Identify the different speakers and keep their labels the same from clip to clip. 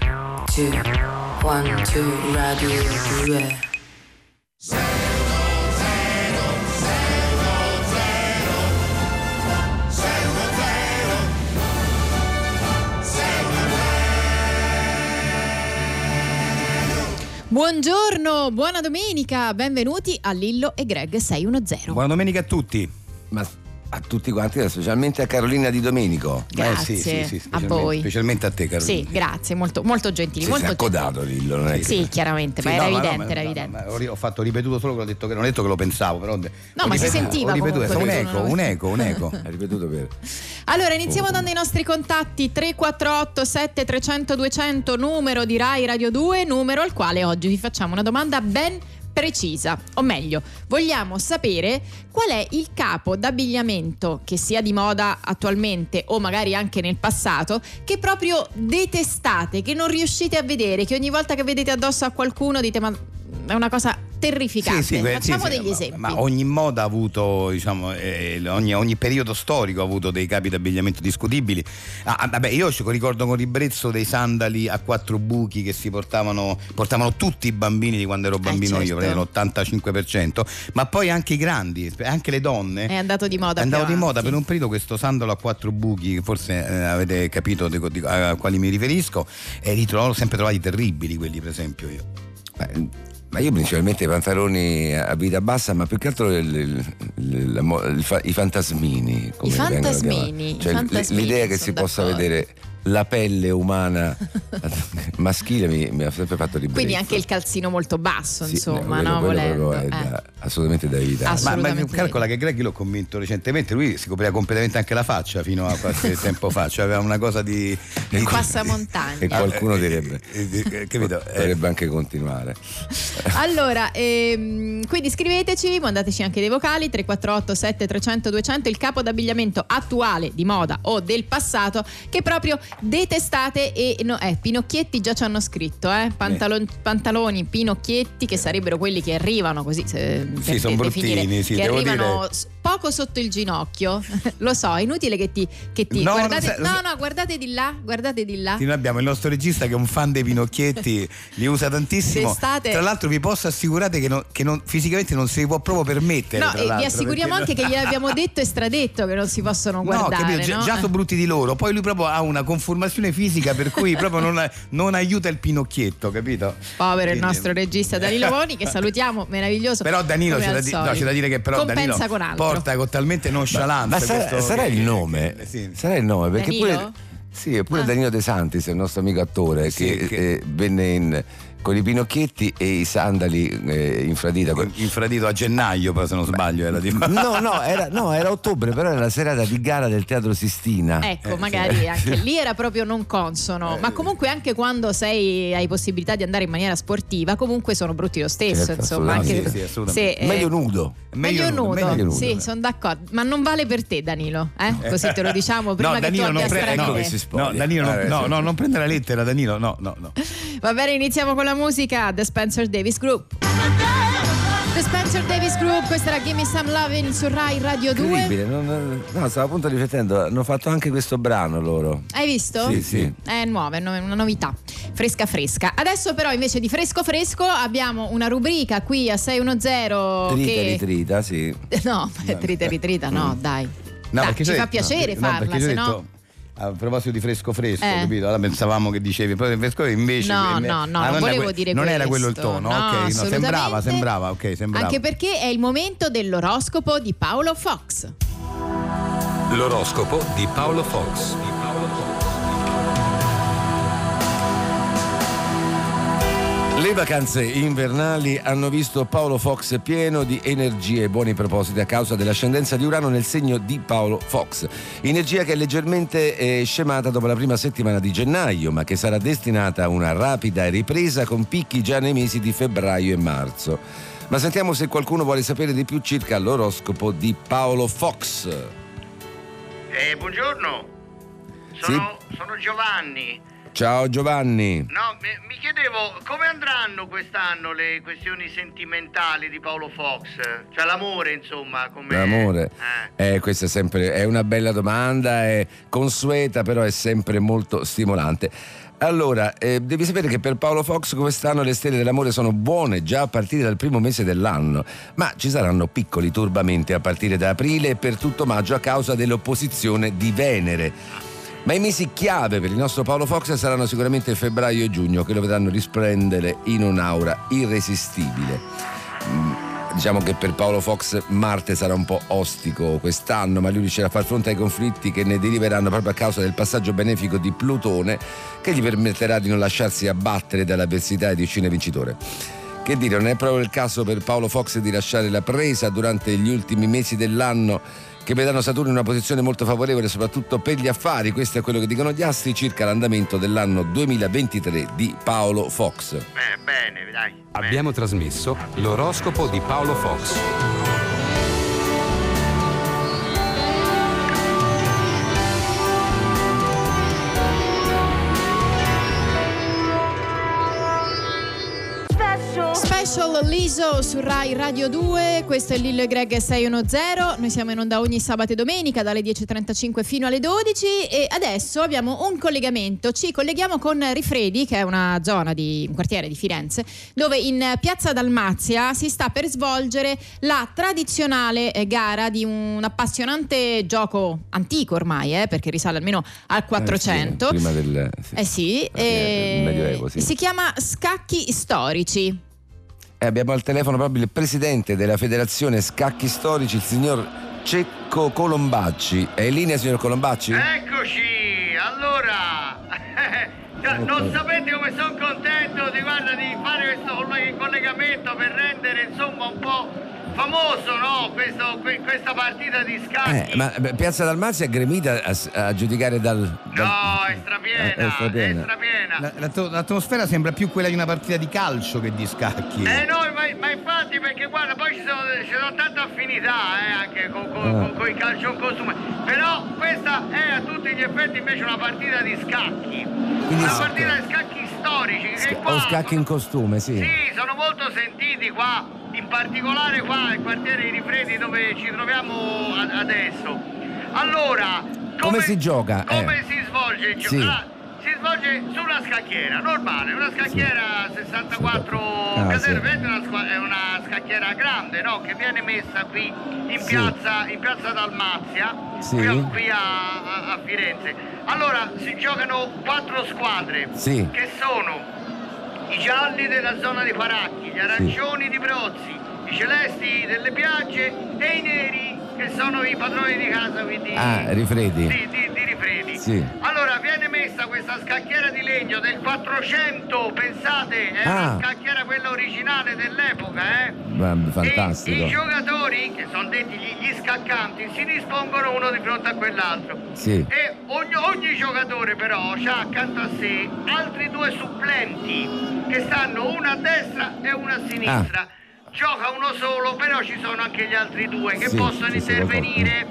Speaker 1: two, one, two, radio due.
Speaker 2: Buongiorno, buona domenica, benvenuti a Lillo e Greg 610.
Speaker 3: Buona domenica a tutti.
Speaker 4: Ma a tutti quanti, specialmente a Carolina Di Domenico.
Speaker 2: Grazie
Speaker 3: eh, sì, sì, sì,
Speaker 2: a
Speaker 3: specialmente-
Speaker 2: voi.
Speaker 3: Specialmente a te, Carolina.
Speaker 2: Sì, grazie, molto, molto gentili.
Speaker 4: Si
Speaker 2: molto
Speaker 4: è accodato Lillo, non è che...
Speaker 2: gentili. Sì, chiaramente,
Speaker 3: Sì,
Speaker 2: ma era
Speaker 3: no,
Speaker 2: evidente,
Speaker 3: no, ma-
Speaker 2: era
Speaker 3: no,
Speaker 2: evidente.
Speaker 3: ma ho ri- ho fatto ho ripetuto solo che ho detto che non ho detto che lo pensavo, però. No,
Speaker 2: ma si sentiva
Speaker 3: Ho ripetuto, è stato un
Speaker 2: comunque,
Speaker 3: eco,
Speaker 2: sono-
Speaker 3: un eco, un eco.
Speaker 4: Ha ripetuto per...
Speaker 2: Allora, iniziamo dando i nostri contatti 348 7300 200 numero di Rai Radio 2, numero al quale oggi vi facciamo una domanda ben precisa, o meglio, vogliamo sapere qual è il capo d'abbigliamento che sia di moda attualmente o magari anche nel passato che proprio detestate, che non riuscite a vedere, che ogni volta che vedete addosso a qualcuno dite ma è una cosa terrificante.
Speaker 3: que- sì,
Speaker 2: Facciamo
Speaker 3: sì,
Speaker 2: degli
Speaker 3: ma-
Speaker 2: esempi.
Speaker 3: Ma ogni moda ha avuto, diciamo, eh, ogni, ogni periodo storico ha avuto dei capi d'abbigliamento discutibili. Ah, ah, vabbè, io ci ricordo con ribrezzo dei sandali a quattro buchi che si portavano, portavano tutti i bambini di quando ero bambino
Speaker 2: certo.
Speaker 3: io, l'85%, ma poi anche i grandi, anche le donne.
Speaker 2: È andato di moda.
Speaker 3: È andato
Speaker 2: Eh, più
Speaker 3: di moda
Speaker 2: avanti.
Speaker 3: per un periodo questo sandalo a quattro buchi, forse eh, avete capito di- di- a quali mi riferisco, e li trovo sempre trovati terribili quelli per esempio io.
Speaker 4: Ma, eh, ma io principalmente i pantaloni a vita bassa, ma più che altro il- il- il- la mo- il fa- i fantasmini. come
Speaker 2: I
Speaker 4: vengono
Speaker 2: fantasmini,
Speaker 4: chiamati.
Speaker 2: i
Speaker 4: Cioè, l-
Speaker 2: fantasmini,
Speaker 4: l'idea che
Speaker 2: sono
Speaker 4: si possa
Speaker 2: d'accordo.
Speaker 4: vedere la pelle umana maschile mi, mi ha sempre fatto ribrezzo.
Speaker 2: Quindi anche il calzino molto basso,
Speaker 4: Sì,
Speaker 2: insomma,
Speaker 4: quello-
Speaker 2: no?
Speaker 4: quello
Speaker 2: Volendo.
Speaker 4: proprio è
Speaker 2: eh.
Speaker 4: da- assolutamente da evitare.
Speaker 2: Assolutamente.
Speaker 3: Ma, ma
Speaker 2: sì.
Speaker 3: calcola che Greg io l'ho convinto recentemente, lui si copriva completamente anche la faccia fino a qualche tempo fa, cioè aveva una cosa di... di- Ah,
Speaker 4: E
Speaker 2: Passamontagna.
Speaker 4: qualcuno direbbe,
Speaker 3: Eh, eh, eh, capito? Eh,
Speaker 4: dovrebbe anche continuare.
Speaker 2: Allora, ehm, quindi scriveteci, mandateci anche dei vocali 348 7300 200 il capo d'abbigliamento attuale di moda o del passato che proprio detestate e no, eh, Pinocchietti già ci hanno scritto, eh, pantalon- pantaloni Pinocchietti che sarebbero quelli che arrivano così se,
Speaker 3: Sì,
Speaker 2: per
Speaker 3: son
Speaker 2: definire,
Speaker 3: bruttini, sì,
Speaker 2: che
Speaker 3: devo
Speaker 2: arrivano
Speaker 3: dire.
Speaker 2: s- poco sotto il ginocchio. Lo so, è inutile che ti, che ti-
Speaker 3: No,
Speaker 2: guardate,
Speaker 3: lo sa- lo sa-
Speaker 2: no, no, guardate di là, guardate di là.
Speaker 3: Sì, noi abbiamo il nostro regista che è un fan dei Pinocchietti, li usa tantissimo.
Speaker 2: D'estate-
Speaker 3: Tra l'altro vi posso assicurare che, non- che non- fisicamente non si può proprio permettere.
Speaker 2: No,
Speaker 3: tra
Speaker 2: e vi
Speaker 3: l'altro,
Speaker 2: assicuriamo
Speaker 3: perché-
Speaker 2: anche che gliel'abbiamo detto e stradetto che non si possono guardare.
Speaker 3: no, capito, già-
Speaker 2: no?
Speaker 3: già sono brutti di loro, poi lui proprio ha una conformazione fisica per cui proprio non, non aiuta il Pinocchietto, capito?
Speaker 2: Povero il
Speaker 3: Quindi-
Speaker 2: nostro regista Danilo Boni che salutiamo, meraviglioso.
Speaker 3: Però Danilo
Speaker 2: come
Speaker 3: c'è da,
Speaker 2: al
Speaker 3: di-
Speaker 2: solito.
Speaker 3: no, c'è da dire che però
Speaker 2: compensa
Speaker 3: Danilo
Speaker 2: con altro.
Speaker 3: porta con talmente nonchalance
Speaker 4: Ma sarà,
Speaker 3: questo-
Speaker 4: sarà il
Speaker 3: che-
Speaker 4: nome,
Speaker 3: che- sì.
Speaker 4: sarà il nome perché
Speaker 2: Danilo?
Speaker 4: pure, sì, e pure
Speaker 2: Ah.
Speaker 4: Danilo De Santis, il nostro amico attore,
Speaker 3: Sì,
Speaker 4: che,
Speaker 3: che-
Speaker 4: eh, venne in- con i pinocchietti e i sandali eh, in fradita.
Speaker 3: In- Infradito a gennaio, però se non sbaglio era di
Speaker 4: No, no era, no, era ottobre, però era la serata di gara del Teatro Sistina.
Speaker 3: Eh,
Speaker 2: Ecco, magari anche lì era proprio non consono, ma comunque anche quando sei, hai possibilità di andare in maniera sportiva, comunque sono brutti lo stesso.
Speaker 4: Certo,
Speaker 2: insomma,
Speaker 4: assolutamente.
Speaker 2: anche
Speaker 3: Sì, sì, assolutamente.
Speaker 2: se, eh,
Speaker 4: Meglio nudo.
Speaker 2: Meglio nudo,
Speaker 3: meglio nudo.
Speaker 2: sì, sono d'accordo, ma non vale per te Danilo, eh? così te lo diciamo
Speaker 3: No,
Speaker 2: prima che
Speaker 3: Danilo
Speaker 2: tu
Speaker 3: non
Speaker 2: abbia
Speaker 3: prende-
Speaker 2: strade-
Speaker 3: ecco che
Speaker 4: si spoglia.
Speaker 3: No, Danilo, non-
Speaker 4: Eh,
Speaker 3: no,
Speaker 4: sì.
Speaker 3: no, non prendere la lettera, Danilo, no, no, no.
Speaker 2: Va bene, iniziamo con la musica The Spencer Davis Group. The Spencer Davis Group, questa era Gimme Some Lovin' su Rai Radio 2.
Speaker 4: Incredibile, non- no, stavo appunto riflettendo, hanno fatto anche questo brano loro.
Speaker 2: Hai visto?
Speaker 4: Sì, sì.
Speaker 2: È nuova, è no- una novità. Fresca fresca. Adesso però invece di fresco fresco abbiamo una rubrica qui a 610
Speaker 4: Trita
Speaker 2: che...
Speaker 4: e ritrita, sì.
Speaker 2: No, ma trita e ritrita, no, dai.
Speaker 3: Mm. No,
Speaker 2: Dai,
Speaker 3: perché
Speaker 2: ci
Speaker 3: sai-
Speaker 2: fa piacere
Speaker 3: no,
Speaker 2: farla,
Speaker 3: perché io ho
Speaker 2: se no...
Speaker 3: detto, A proposito di fresco fresco,
Speaker 2: Eh.
Speaker 3: capito? Allora pensavamo che dicevi proprio fresco fresco, invece
Speaker 2: No,
Speaker 3: eh,
Speaker 2: no, no,
Speaker 3: ah,
Speaker 2: non
Speaker 3: era
Speaker 2: volevo
Speaker 3: que-
Speaker 2: dire
Speaker 3: Non era quello il
Speaker 2: questo,
Speaker 3: tono,
Speaker 2: no,
Speaker 3: ok, no,
Speaker 2: assolutamente.
Speaker 3: sembrava, sembrava, ok, sembrava.
Speaker 2: Anche perché è il momento dell'oroscopo di Paolo Fox.
Speaker 5: L'oroscopo di Paolo Fox.
Speaker 4: Le vacanze invernali hanno visto Paolo Fox pieno di energie e buoni propositi a causa dell'ascendenza di Urano nel segno di Paolo Fox. Energia che è leggermente eh, scemata dopo la prima settimana di gennaio, ma che sarà destinata a una rapida ripresa con picchi già nei mesi di febbraio e marzo. Ma sentiamo se qualcuno vuole sapere di più circa l'oroscopo di Paolo Fox.
Speaker 6: Eh, buongiorno, sono, sono Giovanni.
Speaker 4: Ciao Giovanni.
Speaker 6: No, mi, mi chiedevo come andranno quest'anno le questioni sentimentali di Paolo Fox? Cioè l'amore, insomma, come...
Speaker 4: L'amore,
Speaker 6: Eh.
Speaker 4: eh, questa è sempre è una bella domanda, è consueta, però è sempre molto stimolante. Allora, eh, devi sapere che per Paolo Fox quest'anno le stelle dell'amore sono buone già a partire dal primo mese dell'anno, ma ci saranno piccoli turbamenti a partire da aprile e per tutto maggio a causa dell'opposizione di Venere. Ma i mesi chiave per il nostro Paolo Fox saranno sicuramente febbraio e giugno, che lo vedranno risplendere in un'aura irresistibile. Mm, Diciamo che per Paolo Fox Marte sarà un po' ostico quest'anno, ma lui riuscirà a far fronte ai conflitti che ne deriveranno proprio a causa del passaggio benefico di Plutone, che gli permetterà di non lasciarsi abbattere dall'avversità e di uscire vincitore. Che dire, non è proprio il caso per Paolo Fox di lasciare la presa durante gli ultimi mesi dell'anno che vedranno Saturno in una posizione molto favorevole soprattutto per gli affari. Questo è quello che dicono gli astri circa l'andamento dell'anno 2023 di Paolo Fox.
Speaker 6: Eh, bene, dai. bene.
Speaker 5: Abbiamo trasmesso l'oroscopo di Paolo Fox.
Speaker 2: Special Liso su Rai Radio 2, questo è Lillo e Greg 610, noi siamo in onda ogni sabato e domenica dalle 10.35 fino alle 12 e adesso abbiamo un collegamento, ci colleghiamo con Rifredi che è una zona di un quartiere di Firenze dove in piazza Dalmazia si sta per svolgere la tradizionale eh, gara di un appassionante gioco antico ormai eh, perché risale almeno al 400
Speaker 4: Eh sì, prima del... sì.
Speaker 2: eh sì,
Speaker 4: Ah, eh,
Speaker 2: eh,
Speaker 4: Medioevo, sì.
Speaker 2: si chiama Scacchi Storici.
Speaker 4: E Eh, abbiamo al telefono proprio il presidente della Federazione Scacchi Storici, il signor Cecco Colombacci. È in linea, signor Colombacci?
Speaker 6: Eccoci, allora. Cioè, Non
Speaker 4: Ecco.
Speaker 6: sapete come sono contento di, guarda, di fare questo coll- collegamento per rendere insomma un po' famoso no? Questo- que- questa partita di scacchi.
Speaker 4: Eh, ma beh, Piazza Dalmazia è gremita a, a giudicare dal... dal-
Speaker 6: No, è strapiena,
Speaker 4: Eh, è strapiena.
Speaker 6: è strapiena.
Speaker 3: La- l'atto- l'atmosfera sembra più quella di una partita di calcio che di scacchi.
Speaker 6: Eh no, ma, ma infatti perché guarda, poi ci sono, ci sono tante affinità eh, anche con, con, con, con il calcio consumo. Però questa è a tutti gli effetti invece una partita di scacchi. una
Speaker 4: sc-
Speaker 6: partita di scacchi storici. che
Speaker 4: sc-
Speaker 6: qua-
Speaker 4: o scacchi in costume, sì.
Speaker 6: Sì, sono molto sentiti qua, in particolare qua al quartiere di Rifredi dove ci troviamo a- adesso. Allora, come,
Speaker 4: Come si gioca, eh?
Speaker 6: Come si svolge il gioco?
Speaker 4: Sì.
Speaker 6: Allora, si svolge su una scacchiera normale, una scacchiera 64
Speaker 4: Ah,
Speaker 6: caselle,
Speaker 4: sì.
Speaker 6: ovviamente una squa- è una scacchiera grande, no? Che viene messa qui in
Speaker 4: Sì.
Speaker 6: piazza, in piazza Dalmazia,
Speaker 4: Sì.
Speaker 6: qui, a, qui a- a- a Firenze. Allora, si giocano quattro squadre
Speaker 4: Sì.
Speaker 6: che sono i gialli della zona dei Paracchi, gli arancioni di Brozzi, i celesti delle piagge e i neri che sono i padroni di casa, quindi
Speaker 4: Ah, Rifredi.
Speaker 6: di, di- di Rifredi.
Speaker 4: Sì.
Speaker 6: Allora viene messa questa scacchiera di legno del 400, pensate, è
Speaker 4: Ah.
Speaker 6: una scacchiera quella originale dell'epoca, eh?
Speaker 4: Ma- Fantastico.
Speaker 6: E I giocatori, che sono detti gli, gli scaccanti, si dispongono uno di fronte a quell'altro.
Speaker 4: Sì.
Speaker 6: E ogni, ogni giocatore però ha accanto a sé altri due supplenti che stanno uno a destra e uno a sinistra.
Speaker 4: Ah.
Speaker 6: Gioca uno solo, però ci sono anche gli altri due che
Speaker 4: Sì,
Speaker 6: possono
Speaker 4: sì, sì,
Speaker 6: intervenire.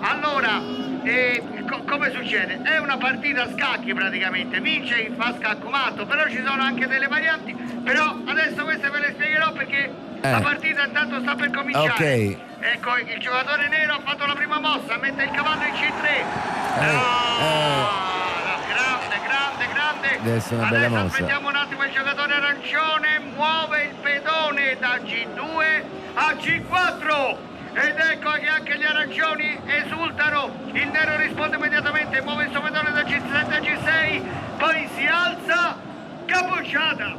Speaker 6: Allora, eh, co- come succede? È una partita a scacchi praticamente, vince chi fa scaccomatto, però ci sono anche delle varianti. Però adesso queste ve le spiegherò perché
Speaker 4: Eh.
Speaker 6: la partita intanto sta per cominciare.
Speaker 4: Ok.
Speaker 6: Ecco, il giocatore nero ha fatto la prima mossa, mette il cavallo in C3.
Speaker 4: Eh, eh.
Speaker 6: No, grande, grande, grande.
Speaker 4: Adesso è una bella
Speaker 6: Adesso
Speaker 4: mossa.
Speaker 6: aspettiamo un attimo il giocatore arancione, muove il pedone da G2 a G4. Ed ecco che anche gli arancioni esultano. Il nero risponde immediatamente, muove il suo pedone da G7 a G6, poi si alza, capocciata.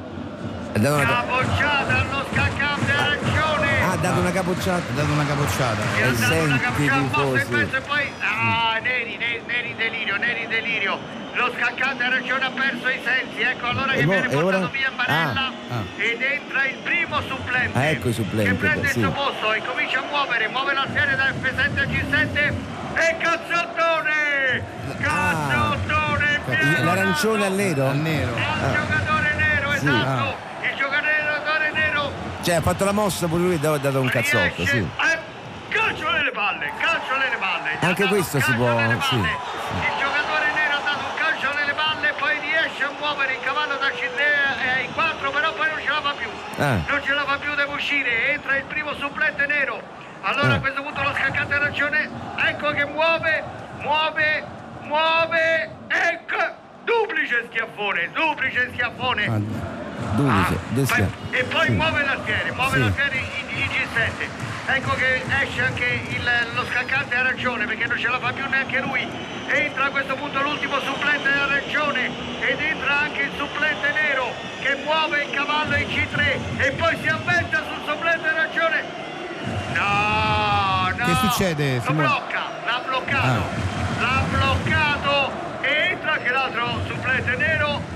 Speaker 4: Ha dato una, ca-
Speaker 6: Capocciata allo scaccante arancione.
Speaker 4: ah, ha dato una capocciata.
Speaker 3: Ha dato una capocciata.
Speaker 6: E ha dato una
Speaker 4: Senti,
Speaker 6: capocciata apposta e
Speaker 4: tifosi.
Speaker 6: questo e poi. Ah, neri, neri, neri delirio, neri delirio. Lo scaccante arancione ha perso i sensi, ecco allora che
Speaker 4: E mo-
Speaker 6: viene
Speaker 4: e
Speaker 6: portato
Speaker 4: ora?
Speaker 6: via Barella
Speaker 3: Ah, ah.
Speaker 6: ed entra il primo supplente.
Speaker 4: Ah, ecco i supplenti,
Speaker 6: Che prende
Speaker 4: sì.
Speaker 6: il suo posto e comincia a muovere, muove la serie da F7 a G7 e cazzottone! Cazzottone! pieno
Speaker 4: Ah. Cioè, L'arancione Ah. al
Speaker 6: lato
Speaker 4: nero?
Speaker 3: Al nero.
Speaker 4: Eh.
Speaker 6: Al giocatore nero, esatto!
Speaker 4: ah.
Speaker 6: Il giocatore nero
Speaker 4: Cioè, ha fatto la mossa pure lui e ha dato un cazzotto,
Speaker 6: riesce
Speaker 4: sì.
Speaker 6: a- Eh, Calcio nelle palle, calcio nelle palle. Gli ha
Speaker 4: Anche
Speaker 6: dato
Speaker 4: questo si
Speaker 6: calcio
Speaker 4: può,
Speaker 6: nelle
Speaker 4: sì.
Speaker 6: palle. Il giocatore nero ha dato un calcio nelle palle, poi riesce a muovere il cavallo da Cinea e ai 4, però poi non ce la fa più.
Speaker 4: Ah.
Speaker 6: Non ce la fa più, deve uscire, entra il primo supplente nero. Allora
Speaker 4: Ah.
Speaker 6: a questo punto lo scaccante arancione, ecco che muove, muove, muove, ecco. duplice schiaffone, duplice schiaffone.
Speaker 4: Ah,
Speaker 6: Ah,
Speaker 4: Duplice, due
Speaker 6: fai-
Speaker 4: schiaffi.
Speaker 6: e poi
Speaker 4: Sì.
Speaker 6: muove l'altiere, muove
Speaker 4: Sì.
Speaker 6: l'altiere i, i G7. Ecco che esce anche il- lo scaccante arancione perché non ce la fa più neanche lui. Entra a questo punto l'ultimo supplente arancione ed entra anche il supplente nero che muove il cavallo in C3 e poi si avventa sul supplente arancione. No, no.
Speaker 3: Che succede,
Speaker 6: Lo
Speaker 3: Simone?
Speaker 6: blocca, l'ha bloccato, l'ha bloccato e entra anche l'altro supplente nero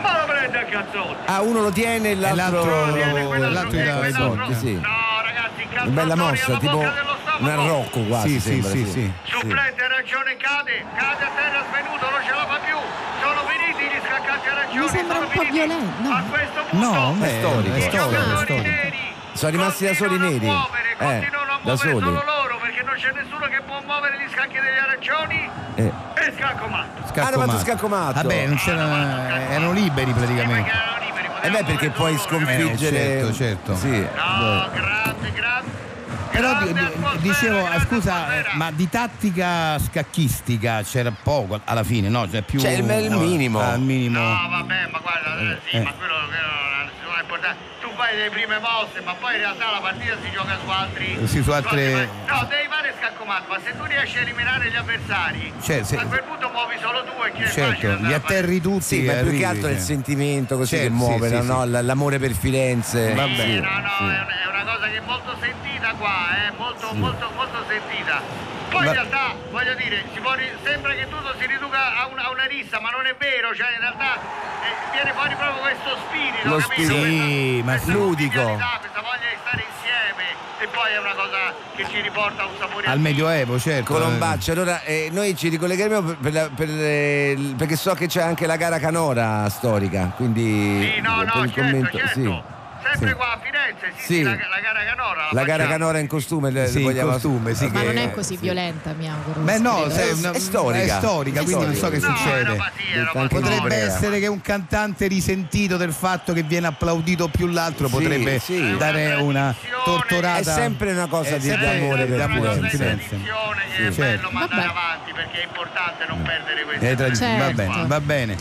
Speaker 6: ma lo prende a cazzotti.
Speaker 4: Ah, uno lo tiene e l'altro,
Speaker 3: l'altro lo
Speaker 6: Viene quell'altro,
Speaker 3: lato
Speaker 6: eh,
Speaker 3: di là,
Speaker 6: quell'altro.
Speaker 4: risolti, sì.
Speaker 6: No, ragazzi,
Speaker 4: Una bella
Speaker 6: calzatori
Speaker 4: mossa,
Speaker 6: alla
Speaker 4: tipo
Speaker 6: bocca dello stomaco.
Speaker 4: un arrocco quasi.
Speaker 3: Sì, sì,
Speaker 4: sembra,
Speaker 3: sì, sì.
Speaker 6: Supplente arancione cade, cade a terra svenuto, non ce la fa più. Sono finiti gli scaccati arancioni.
Speaker 2: Mi sembra
Speaker 6: sono
Speaker 2: un po'
Speaker 6: finiti.
Speaker 2: violento, no?
Speaker 6: A questo punto
Speaker 3: No, beh, è
Speaker 4: storico,
Speaker 3: storico,
Speaker 4: è
Speaker 6: i
Speaker 3: è
Speaker 4: storico,
Speaker 3: storico.
Speaker 6: giocatori neri
Speaker 4: Sono rimasti da soli
Speaker 6: continuano
Speaker 4: neri.
Speaker 6: a muovere,
Speaker 4: Eh,
Speaker 6: continuano
Speaker 4: da
Speaker 6: a muovere
Speaker 4: soli.
Speaker 6: solo loro perché non c'è nessuno che può muovere gli scacchi degli arancioni.
Speaker 4: Eh.
Speaker 6: E scacco matto.
Speaker 3: Scacco
Speaker 4: Ah, davanti
Speaker 3: matto.
Speaker 4: scacco matto.
Speaker 3: Vabbè, non c'era, erano liberi praticamente.
Speaker 6: erano liberi,
Speaker 4: E
Speaker 6: potevano
Speaker 4: Eh beh, perché
Speaker 6: muovere
Speaker 4: poi
Speaker 6: solo loro,
Speaker 4: sconfiggere.
Speaker 3: Eh, certo, certo.
Speaker 4: Sì.
Speaker 6: No, grande, grande.
Speaker 3: Però
Speaker 6: grande
Speaker 3: di- di-
Speaker 6: atmosfera,
Speaker 3: dicevo, ah,
Speaker 6: grande
Speaker 3: scusa, eh,
Speaker 6: atmosfera.
Speaker 3: ma di tattica scacchistica c'era poco alla fine, no? Cioè più
Speaker 4: C'è il- il
Speaker 3: no,
Speaker 4: minimo.
Speaker 3: Al minimo.
Speaker 6: No, vabbè, ma guarda, eh, sì,
Speaker 3: Eh.
Speaker 6: ma quello, quello non è- non è importante. Tu fai le prime mosse, ma poi in realtà la partita si gioca su altri.
Speaker 3: Eh, Sì, su altre-
Speaker 6: No, devi fare scaccomato, ma se tu riesci a eliminare gli avversari,
Speaker 3: Cioè, se-
Speaker 6: a quel punto muovi solo tu e chi è facile
Speaker 3: certo,
Speaker 6: andare
Speaker 3: li
Speaker 6: a fare-
Speaker 3: atterri tutti.
Speaker 4: Sì, ma
Speaker 3: e
Speaker 4: più
Speaker 3: arrivi,
Speaker 4: che altro è il
Speaker 3: cioè.
Speaker 4: sentimento così
Speaker 3: Certo,
Speaker 4: che muove,
Speaker 3: sì, sì,
Speaker 4: no?
Speaker 3: sì.
Speaker 4: L- l'amore per Firenze.
Speaker 6: Sì,
Speaker 3: Vabbè,
Speaker 4: Sì,
Speaker 6: no, no,
Speaker 4: sì.
Speaker 6: è una- è una cosa che è molto sentita qua, eh, molto, molto, molto sentita. Poi
Speaker 3: Ma-
Speaker 6: in realtà, voglio dire, si può ri- sembra che tutto si riduca a una, a una rissa, ma non è vero, cioè in realtà eh, viene fuori proprio questo spirito,
Speaker 4: Lo
Speaker 6: capito?
Speaker 4: spirito,
Speaker 3: sì, ma
Speaker 6: questa
Speaker 4: fluidico.
Speaker 6: convivialità, Questa voglia di stare insieme e poi è una cosa che ci riporta a un sapore
Speaker 3: Al medioevo, certo.
Speaker 4: Colombaccio, allora eh, noi ci ricollegheremo per- per la- per, eh, il- perché so che c'è anche la gara canora storica, quindi
Speaker 6: Sì, no,
Speaker 4: per
Speaker 6: no,
Speaker 4: il
Speaker 6: certo,
Speaker 4: commento.
Speaker 6: certo. Sempre
Speaker 4: Sì.
Speaker 6: qua a Firenze, sì, sì,
Speaker 4: Sì.
Speaker 6: la, la gara canora.
Speaker 4: La gara
Speaker 6: facciamo.
Speaker 4: canora in costume, le- le
Speaker 3: Sì, in
Speaker 4: vogliamo-
Speaker 3: costume, sì.
Speaker 2: Ma
Speaker 3: che-
Speaker 2: non è così
Speaker 3: sì.
Speaker 2: violenta, mi auguro.
Speaker 3: Beh no,
Speaker 2: Credo.
Speaker 3: se-
Speaker 4: È
Speaker 3: una-
Speaker 4: storica.
Speaker 3: È storica,
Speaker 4: È
Speaker 3: quindi non so che
Speaker 4: storica.
Speaker 6: No, è una
Speaker 3: succede.
Speaker 6: pazzia, è una
Speaker 4: Anche in
Speaker 6: pazzia.
Speaker 3: Potrebbe
Speaker 4: Corea.
Speaker 3: essere che un cantante risentito del fatto che viene applaudito più l'altro
Speaker 4: Sì,
Speaker 3: potrebbe
Speaker 4: sì.
Speaker 3: dare una torturata.
Speaker 4: È sempre una cosa
Speaker 3: È
Speaker 4: di
Speaker 3: sempre
Speaker 4: amore per
Speaker 6: è
Speaker 4: la
Speaker 6: una cosa di
Speaker 4: Firenze.
Speaker 6: tradizione che è
Speaker 3: Sì.
Speaker 6: bello mandare
Speaker 2: Vabbè.
Speaker 6: avanti perché è importante non perdere queste
Speaker 3: Eh, tra-
Speaker 6: tradizioni
Speaker 2: Certo.
Speaker 3: Va bene, va bene.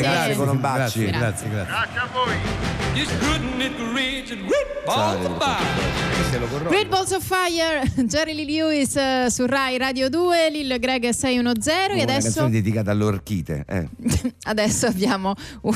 Speaker 2: Grazie.
Speaker 3: grazie,
Speaker 4: Colombacci.
Speaker 3: Grazie, grazie, grazie.
Speaker 6: Grazie a voi.
Speaker 7: It's good and it reads and rip all the by.
Speaker 3: Se lo corroboro.
Speaker 2: Great Balls of Fire, Jerry Lee Lewis eh, su Rai Radio 2, Lil Greg 610 e
Speaker 4: Una
Speaker 2: adesso
Speaker 4: canzone dedicata all'orchite. eh.
Speaker 2: Adesso abbiamo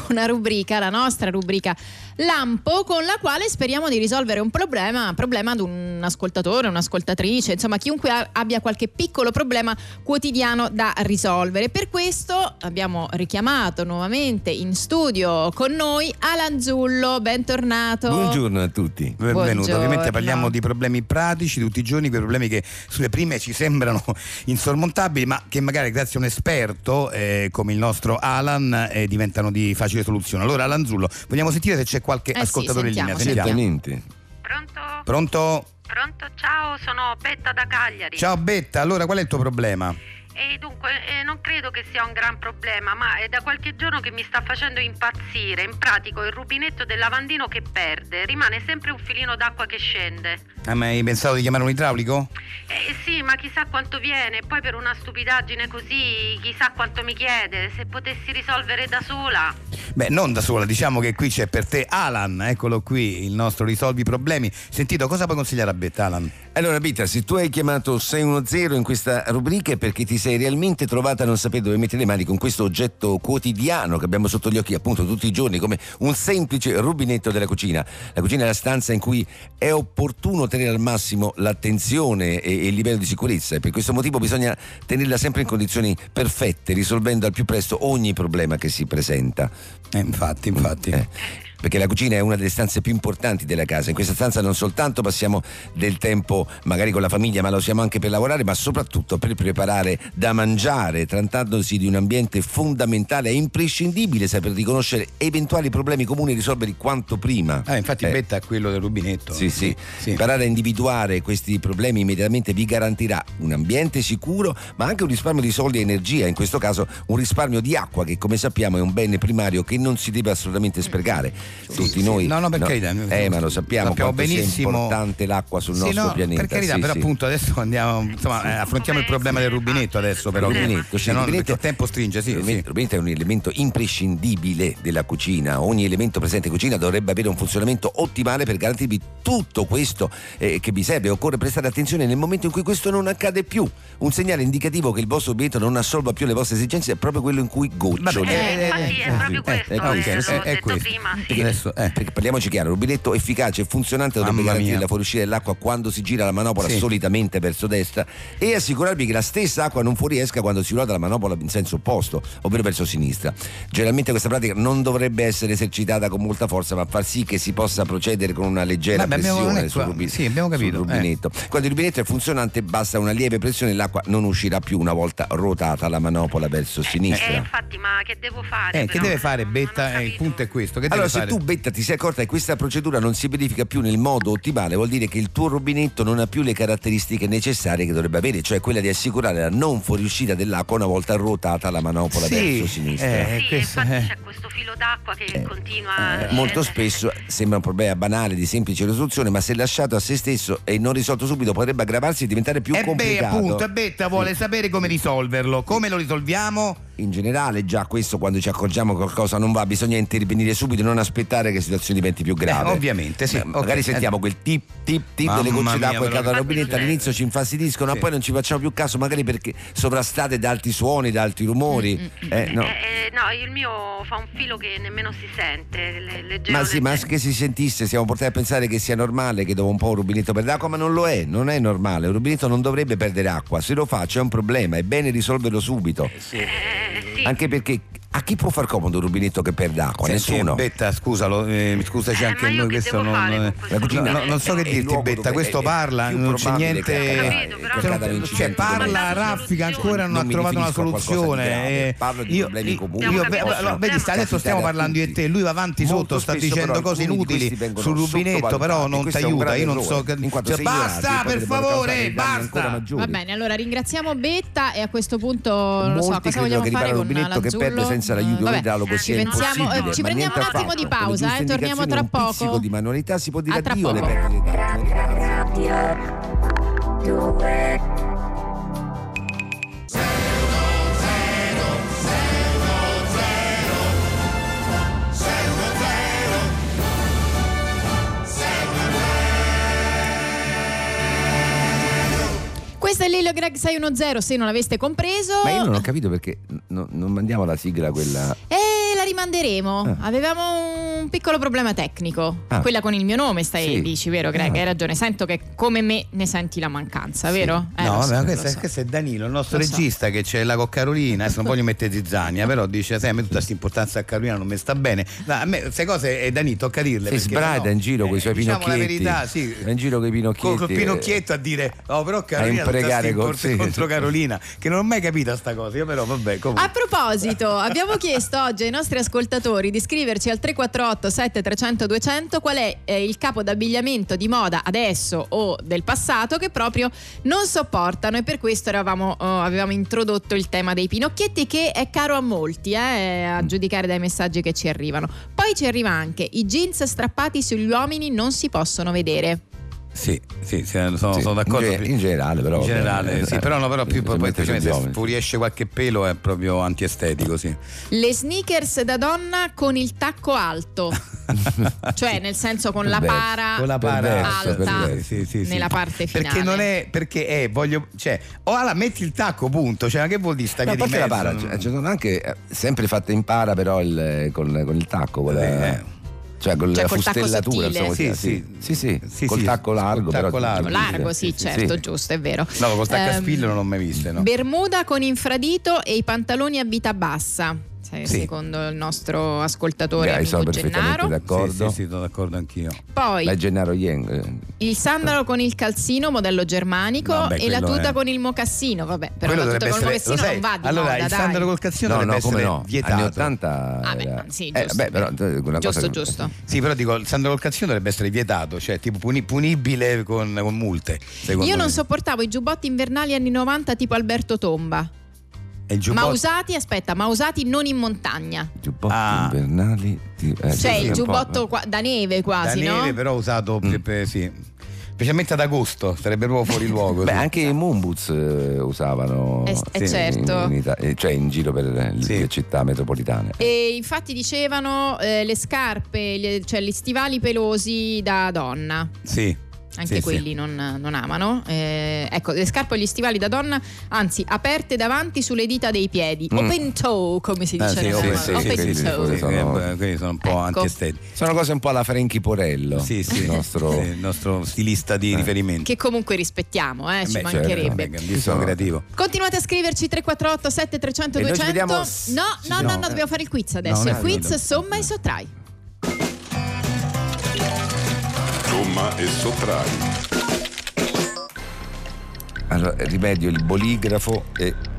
Speaker 2: una rubrica, la nostra rubrica Lampo, con la quale speriamo di risolvere un problema, problema ad un ascoltatore, un'ascoltatrice, insomma chiunque a- abbia qualche piccolo problema quotidiano da risolvere. Per questo abbiamo richiamato nuovamente in studio con noi Alan Zullo, bentornato.
Speaker 4: Buongiorno a tutti.
Speaker 3: Benvenuto,
Speaker 2: Buongiorno.
Speaker 3: ovviamente parliamo di problemi pratici tutti i giorni, quei problemi che sulle prime ci sembrano insormontabili, ma che magari grazie a un esperto eh, come il nostro Alan eh, diventano di facile soluzione. Allora Alan Zullo, vogliamo sentire se c'è qualche
Speaker 2: Eh sì,
Speaker 3: ascoltatore
Speaker 2: sentiamo,
Speaker 3: in linea.
Speaker 2: sentiamo.
Speaker 4: Certamente.
Speaker 8: Pronto?
Speaker 3: Pronto?
Speaker 8: Pronto? Ciao, sono Betta da Cagliari.
Speaker 3: Ciao Betta, allora qual è il tuo problema?
Speaker 8: E dunque, eh, non credo che sia un gran problema, ma è da qualche giorno che mi sta facendo impazzire. In pratico, il rubinetto del lavandino che perde, rimane sempre un filino d'acqua che scende.
Speaker 3: Ah, ma hai pensato di chiamare un idraulico?
Speaker 8: Eh sì, ma chissà quanto viene, poi per una stupidaggine così, chissà quanto mi chiede. Se potessi risolvere da sola.
Speaker 3: Beh, non da sola, diciamo che qui c'è per te Alan, eccolo qui, il nostro risolvi problemi. Sentito, cosa puoi consigliare a Betta Alan?
Speaker 4: Allora, Bita, se tu hai chiamato 610 in questa rubrica è perché ti sei realmente trovata a non sapere dove mettere le mani con questo oggetto quotidiano che abbiamo sotto gli occhi appunto tutti i giorni, come un semplice rubinetto della cucina. La cucina è la stanza in cui è opportuno tenere al massimo l'attenzione e, e il livello di sicurezza e per questo motivo bisogna tenerla sempre in condizioni perfette, risolvendo al più presto ogni problema che si presenta.
Speaker 3: Eh, infatti, infatti.
Speaker 4: Eh, Perché la cucina è una delle stanze più importanti della casa. In questa stanza non soltanto passiamo del tempo magari con la famiglia, ma la usiamo anche per lavorare, ma soprattutto per preparare da mangiare, trattandosi di un ambiente fondamentale e imprescindibile saper riconoscere eventuali problemi comuni e risolverli quanto prima.
Speaker 3: Ah, infatti
Speaker 4: Eh.
Speaker 3: Betta è quello del rubinetto.
Speaker 4: Sì, sì.
Speaker 3: Sì.
Speaker 4: Imparare a individuare questi problemi immediatamente vi garantirà un ambiente sicuro, ma anche un risparmio di soldi e energia, in questo caso un risparmio di acqua che come sappiamo è un bene primario che non si deve assolutamente sprecare. tutti noi.
Speaker 3: No, no, per
Speaker 4: no?
Speaker 3: carità.
Speaker 4: Eh, ma lo sappiamo,
Speaker 3: Sappiamo
Speaker 4: quanto sia
Speaker 3: benissimo.
Speaker 4: importante l'acqua sul
Speaker 3: Sì,
Speaker 4: nostro
Speaker 3: no,
Speaker 4: pianeta.
Speaker 3: Per carità,
Speaker 4: sì,
Speaker 3: però
Speaker 4: sì.
Speaker 3: appunto adesso andiamo, insomma, eh, affrontiamo il problema del rubinetto adesso però.
Speaker 4: Rubinetto, sì,
Speaker 3: Se Eh, no,
Speaker 4: rubinetto-
Speaker 3: perché il tempo stringe, sì,
Speaker 4: Il
Speaker 3: sì.
Speaker 4: rubinetto rubinetto è un elemento imprescindibile della cucina. Ogni elemento presente in cucina dovrebbe avere un funzionamento ottimale per garantirvi tutto questo eh, che vi serve. Occorre prestare attenzione nel momento in cui questo non accade più. Un segnale indicativo che il vostro rubinetto non assolva più le vostre esigenze è proprio quello in cui
Speaker 3: Vabbè,
Speaker 4: goccioli.
Speaker 8: Eh,
Speaker 3: Eh,
Speaker 8: infatti è proprio
Speaker 4: eh,
Speaker 8: questo,
Speaker 4: eh, ok,
Speaker 8: eh, l'avevo
Speaker 3: eh, è
Speaker 8: detto
Speaker 3: questo.
Speaker 8: prima, sì.
Speaker 4: Perché-
Speaker 3: Adesso, eh.
Speaker 4: perché parliamoci chiaro, un rubinetto efficace e funzionante dovrebbe
Speaker 3: Mamma
Speaker 4: garantire
Speaker 3: mia.
Speaker 4: la fuoriuscita dell'acqua quando si gira la manopola
Speaker 3: Sì.
Speaker 4: solitamente verso destra e assicurarvi che la stessa acqua non fuoriesca quando si ruota la manopola in senso opposto, ovvero verso sinistra. Generalmente questa pratica non dovrebbe essere esercitata con molta forza, ma far sì che si possa procedere con una leggera
Speaker 3: Vabbè, abbiamo
Speaker 4: pressione
Speaker 3: letto-
Speaker 4: sul, rubi-
Speaker 3: sì, abbiamo
Speaker 4: sul
Speaker 3: capito, eh.
Speaker 4: rubinetto. Quando il rubinetto è funzionante basta una lieve pressione e l'acqua non uscirà più una volta ruotata la manopola verso sinistra.
Speaker 8: Eh, infatti, ma che devo fare?
Speaker 3: Eh, che
Speaker 8: però?
Speaker 3: deve fare
Speaker 8: Non ho
Speaker 3: Betta? Eh, il
Speaker 8: capito.
Speaker 3: punto è questo. Che
Speaker 4: Allora,
Speaker 3: deve
Speaker 4: se
Speaker 3: fare?
Speaker 4: tu, Betta, ti sei accorta che questa procedura non si verifica più nel modo ottimale, vuol dire che il tuo rubinetto non ha più le caratteristiche necessarie che dovrebbe avere, cioè quella di assicurare la non fuoriuscita dell'acqua una volta ruotata la manopola
Speaker 3: Sì,
Speaker 4: verso sinistra.
Speaker 3: eh,
Speaker 8: Sì,
Speaker 3: questo-
Speaker 8: infatti
Speaker 3: eh.
Speaker 8: c'è questo filo d'acqua che continua.
Speaker 4: Eh,
Speaker 8: a
Speaker 4: molto
Speaker 8: scendere.
Speaker 4: spesso sembra un problema banale di semplice risoluzione, ma se lasciato a se stesso e non risolto subito potrebbe aggravarsi e diventare più
Speaker 3: e Eh beh,
Speaker 4: complicato.
Speaker 3: appunto, e Betta vuole sapere come risolverlo. Come lo risolviamo?
Speaker 4: In generale, già questo quando ci accorgiamo che qualcosa non va, bisogna intervenire subito, non aspettare che la situazione diventi più grave.
Speaker 3: Eh, ovviamente, sì.
Speaker 4: Ma-
Speaker 3: Ok.
Speaker 4: Magari sentiamo
Speaker 3: Eh.
Speaker 4: quel tip tip tip
Speaker 3: Mamma
Speaker 4: delle gocce
Speaker 3: mia,
Speaker 4: d'acqua che
Speaker 3: però-
Speaker 4: cadono dal rubinetto
Speaker 8: Infatti,
Speaker 4: all'inizio ci infastidiscono, ma
Speaker 3: Sì.
Speaker 4: poi non ci facciamo più caso, magari perché sovrastate da altri suoni, da altri rumori. Eh, no.
Speaker 8: Eh, eh, no, il mio fa un filo che nemmeno si sente. le- leggero,
Speaker 4: Ma sì, ma
Speaker 8: leggero.
Speaker 4: che si sentisse, siamo portati a pensare che sia normale che dopo un po' un rubinetto perde acqua, ma non lo è, non è normale. Un rubinetto non dovrebbe perdere acqua, se lo fa c'è un problema, è bene risolverlo subito.
Speaker 8: Eh, sì.
Speaker 4: Anche perché a chi può far comodo un rubinetto che perde acqua?
Speaker 3: Senti,
Speaker 4: Nessuno.
Speaker 3: Betta, scusalo, eh, scusaci
Speaker 8: Eh,
Speaker 3: anche
Speaker 8: ma io
Speaker 3: noi,
Speaker 8: che
Speaker 3: questo
Speaker 8: devo
Speaker 3: non,
Speaker 8: fare
Speaker 3: non-
Speaker 8: con questo
Speaker 3: no,
Speaker 8: problema?
Speaker 3: no, non so che
Speaker 4: È il
Speaker 3: dirti
Speaker 4: luogo
Speaker 3: Betta,
Speaker 4: dove
Speaker 3: questo
Speaker 4: è- è
Speaker 3: parla,
Speaker 4: più
Speaker 3: non c'è
Speaker 4: probabile che accada-
Speaker 3: niente.
Speaker 8: Capito,
Speaker 4: che
Speaker 8: però-
Speaker 4: accada
Speaker 8: Cioè,
Speaker 4: un
Speaker 3: Cioè,
Speaker 4: incidente
Speaker 3: parla,
Speaker 4: domani.
Speaker 3: raffica ancora, non,
Speaker 4: Non
Speaker 3: ha
Speaker 4: mi
Speaker 3: trovato una
Speaker 4: riferisco a qualcosa di grave,
Speaker 3: soluzione. eh.
Speaker 4: parlo di problemi comuni
Speaker 8: che
Speaker 3: beh,
Speaker 8: possono
Speaker 3: allora, vedi, sta- adesso
Speaker 4: capitare
Speaker 3: stiamo
Speaker 4: a
Speaker 3: parlando io e
Speaker 4: tutti.
Speaker 3: te. Lui va avanti
Speaker 4: Molto
Speaker 3: sotto, sta
Speaker 4: spesso,
Speaker 3: dicendo
Speaker 4: però,
Speaker 3: cose
Speaker 4: alcuni di
Speaker 3: inutili
Speaker 4: questi vengono
Speaker 3: sul rubinetto, però
Speaker 4: sottovalutati.
Speaker 3: non ti
Speaker 4: Questo è un
Speaker 3: aiuta.
Speaker 4: grave
Speaker 3: Io non so.
Speaker 4: errore,
Speaker 3: che-
Speaker 4: in quanto
Speaker 3: Cioè,
Speaker 4: se ignorati
Speaker 3: basta, per
Speaker 4: potrebbero causare
Speaker 3: favore,
Speaker 4: danni ancora
Speaker 3: basta.
Speaker 4: maggiori.
Speaker 2: Va bene, allora ringraziamo Betta e a questo punto non so
Speaker 4: Molti
Speaker 2: cosa
Speaker 4: credono
Speaker 2: vogliamo
Speaker 4: che
Speaker 2: fare
Speaker 4: ripara un
Speaker 2: con
Speaker 4: rubinetto che
Speaker 2: Lanzullo.
Speaker 4: perde senza l'aiuto
Speaker 2: Vabbè,
Speaker 4: dell'idrologo
Speaker 8: eh,
Speaker 4: sia
Speaker 2: ci, pensiamo-
Speaker 4: impossibile.
Speaker 2: eh, ci
Speaker 4: ma
Speaker 2: prendiamo
Speaker 4: niente
Speaker 2: un attimo
Speaker 4: affatto.
Speaker 2: di
Speaker 4: Con le
Speaker 2: pausa,
Speaker 4: giuste
Speaker 2: eh, torniamo
Speaker 4: indicazioni,
Speaker 2: tra
Speaker 4: un pizzico
Speaker 2: poco.
Speaker 4: di manualità si può dire
Speaker 2: A tra
Speaker 4: addio alle
Speaker 2: poco.
Speaker 4: perdite d'acqua.
Speaker 2: Questo è Lillo Greg 610, se non l'aveste compreso.
Speaker 4: Ma io non ho capito perché no- non mandiamo la sigla quella
Speaker 2: E la rimanderemo.
Speaker 4: Ah.
Speaker 2: Avevamo un piccolo problema tecnico.
Speaker 4: Ah.
Speaker 2: Quella con il mio nome, stai
Speaker 4: Sì.
Speaker 2: dici, vero Greg?
Speaker 4: Ah.
Speaker 2: Hai ragione. Sento che come me ne senti la mancanza, vero? Eh,
Speaker 3: no,
Speaker 2: lo so,
Speaker 3: vabbè, ma
Speaker 2: lo
Speaker 3: questo,
Speaker 2: so.
Speaker 3: è, questo è Danilo, il nostro
Speaker 2: Lo so.
Speaker 3: regista che c'è là con Carolina. Adesso non voglio mettere zizzania, però dice: Sai, a me tutta questa importanza a Carolina non mi sta bene. No, a me queste cose è Danilo, tocca dirle.
Speaker 4: Si
Speaker 3: perché
Speaker 4: sbraita
Speaker 3: sennò,
Speaker 4: in giro coi
Speaker 3: eh,
Speaker 4: suoi
Speaker 3: diciamo
Speaker 4: pinocchietti.
Speaker 3: la verità, sì.
Speaker 4: Va in giro coi pinocchietti, eh.
Speaker 3: Con, col pinocchietto a dire: Oh, però Carolina
Speaker 4: a
Speaker 3: tutta
Speaker 4: imprecare
Speaker 3: sta
Speaker 4: col-
Speaker 3: impor-
Speaker 4: sì.
Speaker 3: contro Carolina, che non ho mai capito sta cosa. Io, però, vabbè,
Speaker 2: A
Speaker 3: comunque.
Speaker 2: proposito, abbiamo chiesto oggi ai nostri ascoltatori di scriverci al 348 7300 200 qual è eh, il capo d'abbigliamento di moda adesso o del passato che proprio non sopportano e per questo eravamo, eh, avevamo introdotto il tema dei pinocchietti che è caro a molti eh, a giudicare dai messaggi che ci arrivano. Poi ci arriva anche i jeans strappati sugli uomini non si possono vedere.
Speaker 3: Sì, sì, sì, sono,
Speaker 4: Sì, eh,
Speaker 3: sono d'accordo.
Speaker 4: in ge- in generale, però,
Speaker 3: In generale,
Speaker 4: eh,
Speaker 3: sì,
Speaker 4: eh,
Speaker 3: però, no, però più
Speaker 4: eh,
Speaker 3: poi,
Speaker 4: mette sugli
Speaker 3: poi, se
Speaker 4: uomini.
Speaker 3: fuoriesce qualche pelo è proprio antiestetico, sì.
Speaker 2: Le sneakers da donna con il tacco alto, cioè nel senso con la
Speaker 4: Perverso.
Speaker 2: para
Speaker 3: con la para
Speaker 4: Perverso,
Speaker 2: alta
Speaker 4: perverso.
Speaker 3: Sì, sì, sì.
Speaker 2: nella parte finale.
Speaker 3: Perché non è perché è voglio cioè o allora metti il tacco punto, cioè ma che vuol dire
Speaker 4: Ma
Speaker 3: stare
Speaker 4: a
Speaker 3: di
Speaker 4: parte
Speaker 3: mezzo?
Speaker 4: la para,
Speaker 2: cioè,
Speaker 3: Non-
Speaker 4: ci ci sono anche eh, sempre fatte in para, però il, eh, con, con il tacco, con la,
Speaker 3: Eh.
Speaker 4: cioè con
Speaker 2: Cioè,
Speaker 4: la
Speaker 2: col tacco sottile.
Speaker 4: fustellatura. insomma,
Speaker 3: Sì,
Speaker 4: sì,
Speaker 3: sì.
Speaker 4: sì, sì,
Speaker 3: Sì,
Speaker 4: col
Speaker 3: sì,
Speaker 4: tacco largo.
Speaker 3: col
Speaker 4: però-
Speaker 3: tacco largo.
Speaker 2: largo, sì, certo, giusto, è vero.
Speaker 3: No, col tacco a
Speaker 2: Ehm,
Speaker 3: spillo non l'ho mai vista, Eh, no.
Speaker 2: Bermuda con infradito e i pantaloni a vita bassa. se-
Speaker 3: Sì.
Speaker 2: Secondo il nostro ascoltatore
Speaker 4: Dai, sono
Speaker 2: amico
Speaker 4: perfettamente
Speaker 2: Gennaro.
Speaker 4: d'accordo.
Speaker 3: Sì, sì, sì, sono d'accordo anch'io.
Speaker 2: Poi
Speaker 4: La Gennaro Yen. eh.
Speaker 2: il sandalo con il calzino, modello germanico,
Speaker 3: Vabbè,
Speaker 2: e la
Speaker 3: quello
Speaker 2: tuta
Speaker 3: è-
Speaker 2: con il mocassino. Vabbè, però
Speaker 3: Quello
Speaker 2: la tuta
Speaker 3: dovrebbe
Speaker 2: con il mocassino
Speaker 3: essere, lo sai,
Speaker 2: non va di
Speaker 3: allora
Speaker 2: moda,
Speaker 3: il
Speaker 2: dai.
Speaker 3: sandalo col calzino
Speaker 4: No, no,
Speaker 3: dovrebbe
Speaker 4: come
Speaker 3: essere
Speaker 4: no. Anni
Speaker 3: vietato.
Speaker 4: 80.
Speaker 2: Ah, beh,
Speaker 4: era-
Speaker 2: sì,
Speaker 4: eh,
Speaker 2: giusto.
Speaker 4: beh, però, eh, una cosa
Speaker 2: Giusto,
Speaker 4: che-
Speaker 2: giusto.
Speaker 3: Sì, però dico, il sandalo col calzino dovrebbe essere vietato, cioè tipo puni- punibile con, con multe, secondo
Speaker 2: Io
Speaker 3: me.
Speaker 2: non sopportavo i giubbotti invernali anni 90 tipo Alberto Tomba.
Speaker 3: È il
Speaker 2: Ma
Speaker 3: giubbotto.
Speaker 2: usati, aspetta, ma usati non in montagna.
Speaker 4: Giubbotti
Speaker 3: Ah.
Speaker 4: invernali. ti- eh,
Speaker 2: Cioè il
Speaker 4: sì, un po',
Speaker 2: giubbotto qua- da neve
Speaker 3: da
Speaker 2: quasi,
Speaker 3: neve,
Speaker 2: no?
Speaker 3: però usato
Speaker 4: Mm.
Speaker 3: per- per- sì. Specialmente ad agosto, sarebbe proprio fuori luogo.
Speaker 4: Beh,
Speaker 3: sì.
Speaker 4: anche i Moonboots eh, usavano
Speaker 2: Eh, eh, certo.
Speaker 4: in, in Ita- eh, cioè in giro per le,
Speaker 3: Sì.
Speaker 4: le città metropolitane.
Speaker 2: E infatti dicevano eh, le scarpe, le- cioè gli stivali pelosi da donna.
Speaker 3: Sì.
Speaker 2: Anche
Speaker 3: Sì,
Speaker 2: quelli
Speaker 3: sì.
Speaker 2: Non, non amano. Eh, ecco, le scarpe e gli stivali da donna, anzi, aperte davanti sulle dita dei piedi.
Speaker 4: Mm.
Speaker 2: Open toe, come si
Speaker 3: Ah,
Speaker 2: dice
Speaker 3: sì,
Speaker 2: nel
Speaker 3: open-
Speaker 2: mondo.
Speaker 3: sì,
Speaker 4: sì,
Speaker 2: Open
Speaker 4: sì,
Speaker 2: toe.
Speaker 3: Sì,
Speaker 4: Quelli sono-
Speaker 3: eh, quelli sono un po'
Speaker 2: Ecco.
Speaker 3: antiestetici.
Speaker 4: Sono cose un po' alla Franchi Porello,
Speaker 3: Sì, sì.
Speaker 4: il nostro
Speaker 3: Sì, il nostro stilista di
Speaker 4: Eh.
Speaker 3: riferimento.
Speaker 2: Che comunque rispettiamo, eh, ci
Speaker 3: Beh, certo,
Speaker 2: mancherebbe.
Speaker 3: è grandissimo
Speaker 4: Sì.
Speaker 3: creativo.
Speaker 2: Continuate a scriverci 348 7300
Speaker 4: E noi ci
Speaker 2: 200
Speaker 4: vediamo-
Speaker 2: No,
Speaker 3: Ci
Speaker 2: no,
Speaker 3: siamo.
Speaker 2: no, no, dobbiamo fare il quiz
Speaker 3: No,
Speaker 2: adesso.
Speaker 3: no,
Speaker 2: il
Speaker 3: no,
Speaker 2: quiz
Speaker 3: no.
Speaker 2: somma e sottrai.
Speaker 9: Somma e sottrai.
Speaker 4: allora, rimedio il boligrafo e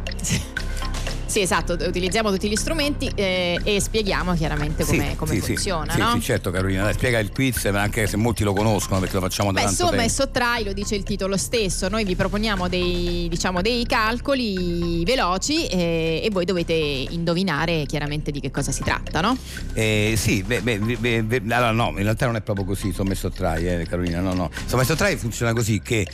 Speaker 2: Sì, esatto, utilizziamo tutti gli strumenti eh, e spieghiamo chiaramente come,
Speaker 3: Sì,
Speaker 2: come
Speaker 3: sì, sì.
Speaker 2: funziona,
Speaker 3: Sì,
Speaker 2: no?
Speaker 3: sì, certo Carolina, dai, spiega il quiz, ma anche se molti lo conoscono perché lo facciamo da
Speaker 2: Beh,
Speaker 3: tanto
Speaker 2: somma e
Speaker 3: tempo.
Speaker 2: sottrai, lo dice il titolo stesso, noi vi proponiamo dei, diciamo, dei calcoli veloci eh, e voi dovete indovinare chiaramente di che cosa si tratta, no?
Speaker 3: Eh, sì, beh, beh, beh, beh, allora no, in realtà non è proprio così, somma e sottrai, eh, Carolina, no, no. Somma e sottrai funziona così che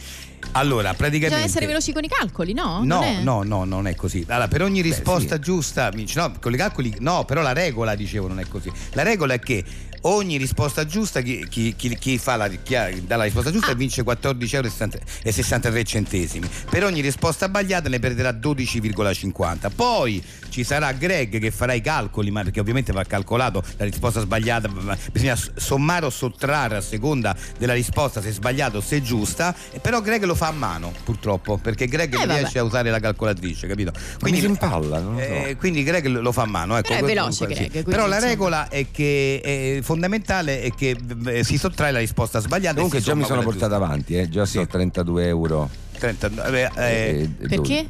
Speaker 3: allora praticamente
Speaker 2: Bisogna essere veloci con i calcoli, no?
Speaker 3: No,
Speaker 2: Non è?
Speaker 3: no, no, non è così. Allora, per ogni risposta
Speaker 4: sì.
Speaker 3: giusta, mi dice, no, con i calcoli, no, però la regola, dicevo, non è così. La regola è che ogni risposta giusta, chi, chi- chi- chi fa la, chi ha- dà la risposta
Speaker 2: Ah.
Speaker 3: giusta vince 14,63 centesimi. Per ogni risposta sbagliata ne perderà 12,50. Poi ci sarà Greg che farà i calcoli, ma perché ovviamente va calcolato la risposta sbagliata, ma bisogna s- sommare o sottrarre a seconda della risposta se sbagliata o se giusta, E però Greg lo fa a mano, purtroppo, perché Greg
Speaker 2: Eh,
Speaker 3: non
Speaker 2: vabbè.
Speaker 3: riesce a usare la calcolatrice, capito?
Speaker 4: quindi si impalla, non lo so. Eh,
Speaker 3: eh, quindi Greg lo fa a mano. Ecco,
Speaker 2: Però è
Speaker 3: questo-
Speaker 2: veloce
Speaker 3: sì.
Speaker 2: Greg, quindi,
Speaker 3: Però la
Speaker 2: insomma.
Speaker 3: regola è che eh, fondamentale è che eh, si sottrae la risposta sbagliata.
Speaker 4: Comunque
Speaker 3: e si
Speaker 4: già mi
Speaker 3: somma
Speaker 4: sono
Speaker 3: quella
Speaker 4: portato avanti, eh, già so
Speaker 3: Sì.
Speaker 4: 32 euro.
Speaker 3: giusta. 30, eh, eh,
Speaker 4: e- e
Speaker 2: Perché?
Speaker 4: dodici.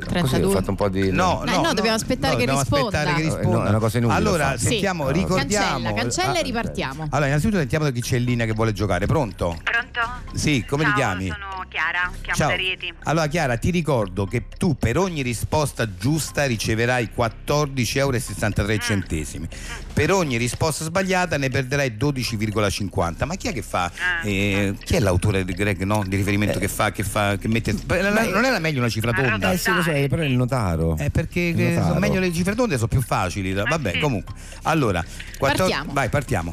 Speaker 4: Così
Speaker 2: 32.
Speaker 4: ho fatto un po' di...
Speaker 3: No,
Speaker 2: Eh,
Speaker 3: no,
Speaker 2: no, dobbiamo aspettare che
Speaker 3: dobbiamo
Speaker 2: risponda.
Speaker 3: aspettare che
Speaker 4: Eh, No, è
Speaker 3: risponda.
Speaker 4: una cosa inutile,
Speaker 3: Allora,
Speaker 4: infatti.
Speaker 2: Sì.
Speaker 3: sentiamo,
Speaker 4: Cancella,
Speaker 3: ricordiamo.
Speaker 2: Cancella, cancella
Speaker 4: Ah,
Speaker 2: e ripartiamo.
Speaker 3: Allora, innanzitutto sentiamo da chi c'è in linea che vuole giocare. Pronto?
Speaker 8: Pronto?
Speaker 3: Sì, come
Speaker 8: Ciao,
Speaker 3: ti chiami? Ah.
Speaker 8: sono Chiara, chiamo da Rieti.
Speaker 3: Allora Chiara, ti ricordo che tu per ogni risposta giusta riceverai 14,63
Speaker 8: Mm.
Speaker 3: euro. Per ogni risposta sbagliata ne perderai 12,50. Ma chi è che fa?
Speaker 8: Ah.
Speaker 3: eh, chi è l'autore di Greg no? di riferimento che fa? Che fa che mette, non era meglio una cifra
Speaker 8: Ma-
Speaker 3: tonda?
Speaker 4: Eh sì, lo so, però è il notaro.
Speaker 3: Eh, perché
Speaker 4: Il
Speaker 3: eh,
Speaker 4: notaro.
Speaker 3: sono meglio le cifre tonde sono più facili. da-
Speaker 8: Ah,
Speaker 3: Vabbè,
Speaker 8: sì.
Speaker 3: comunque. Allora,
Speaker 2: Partiamo.
Speaker 3: vai, partiamo.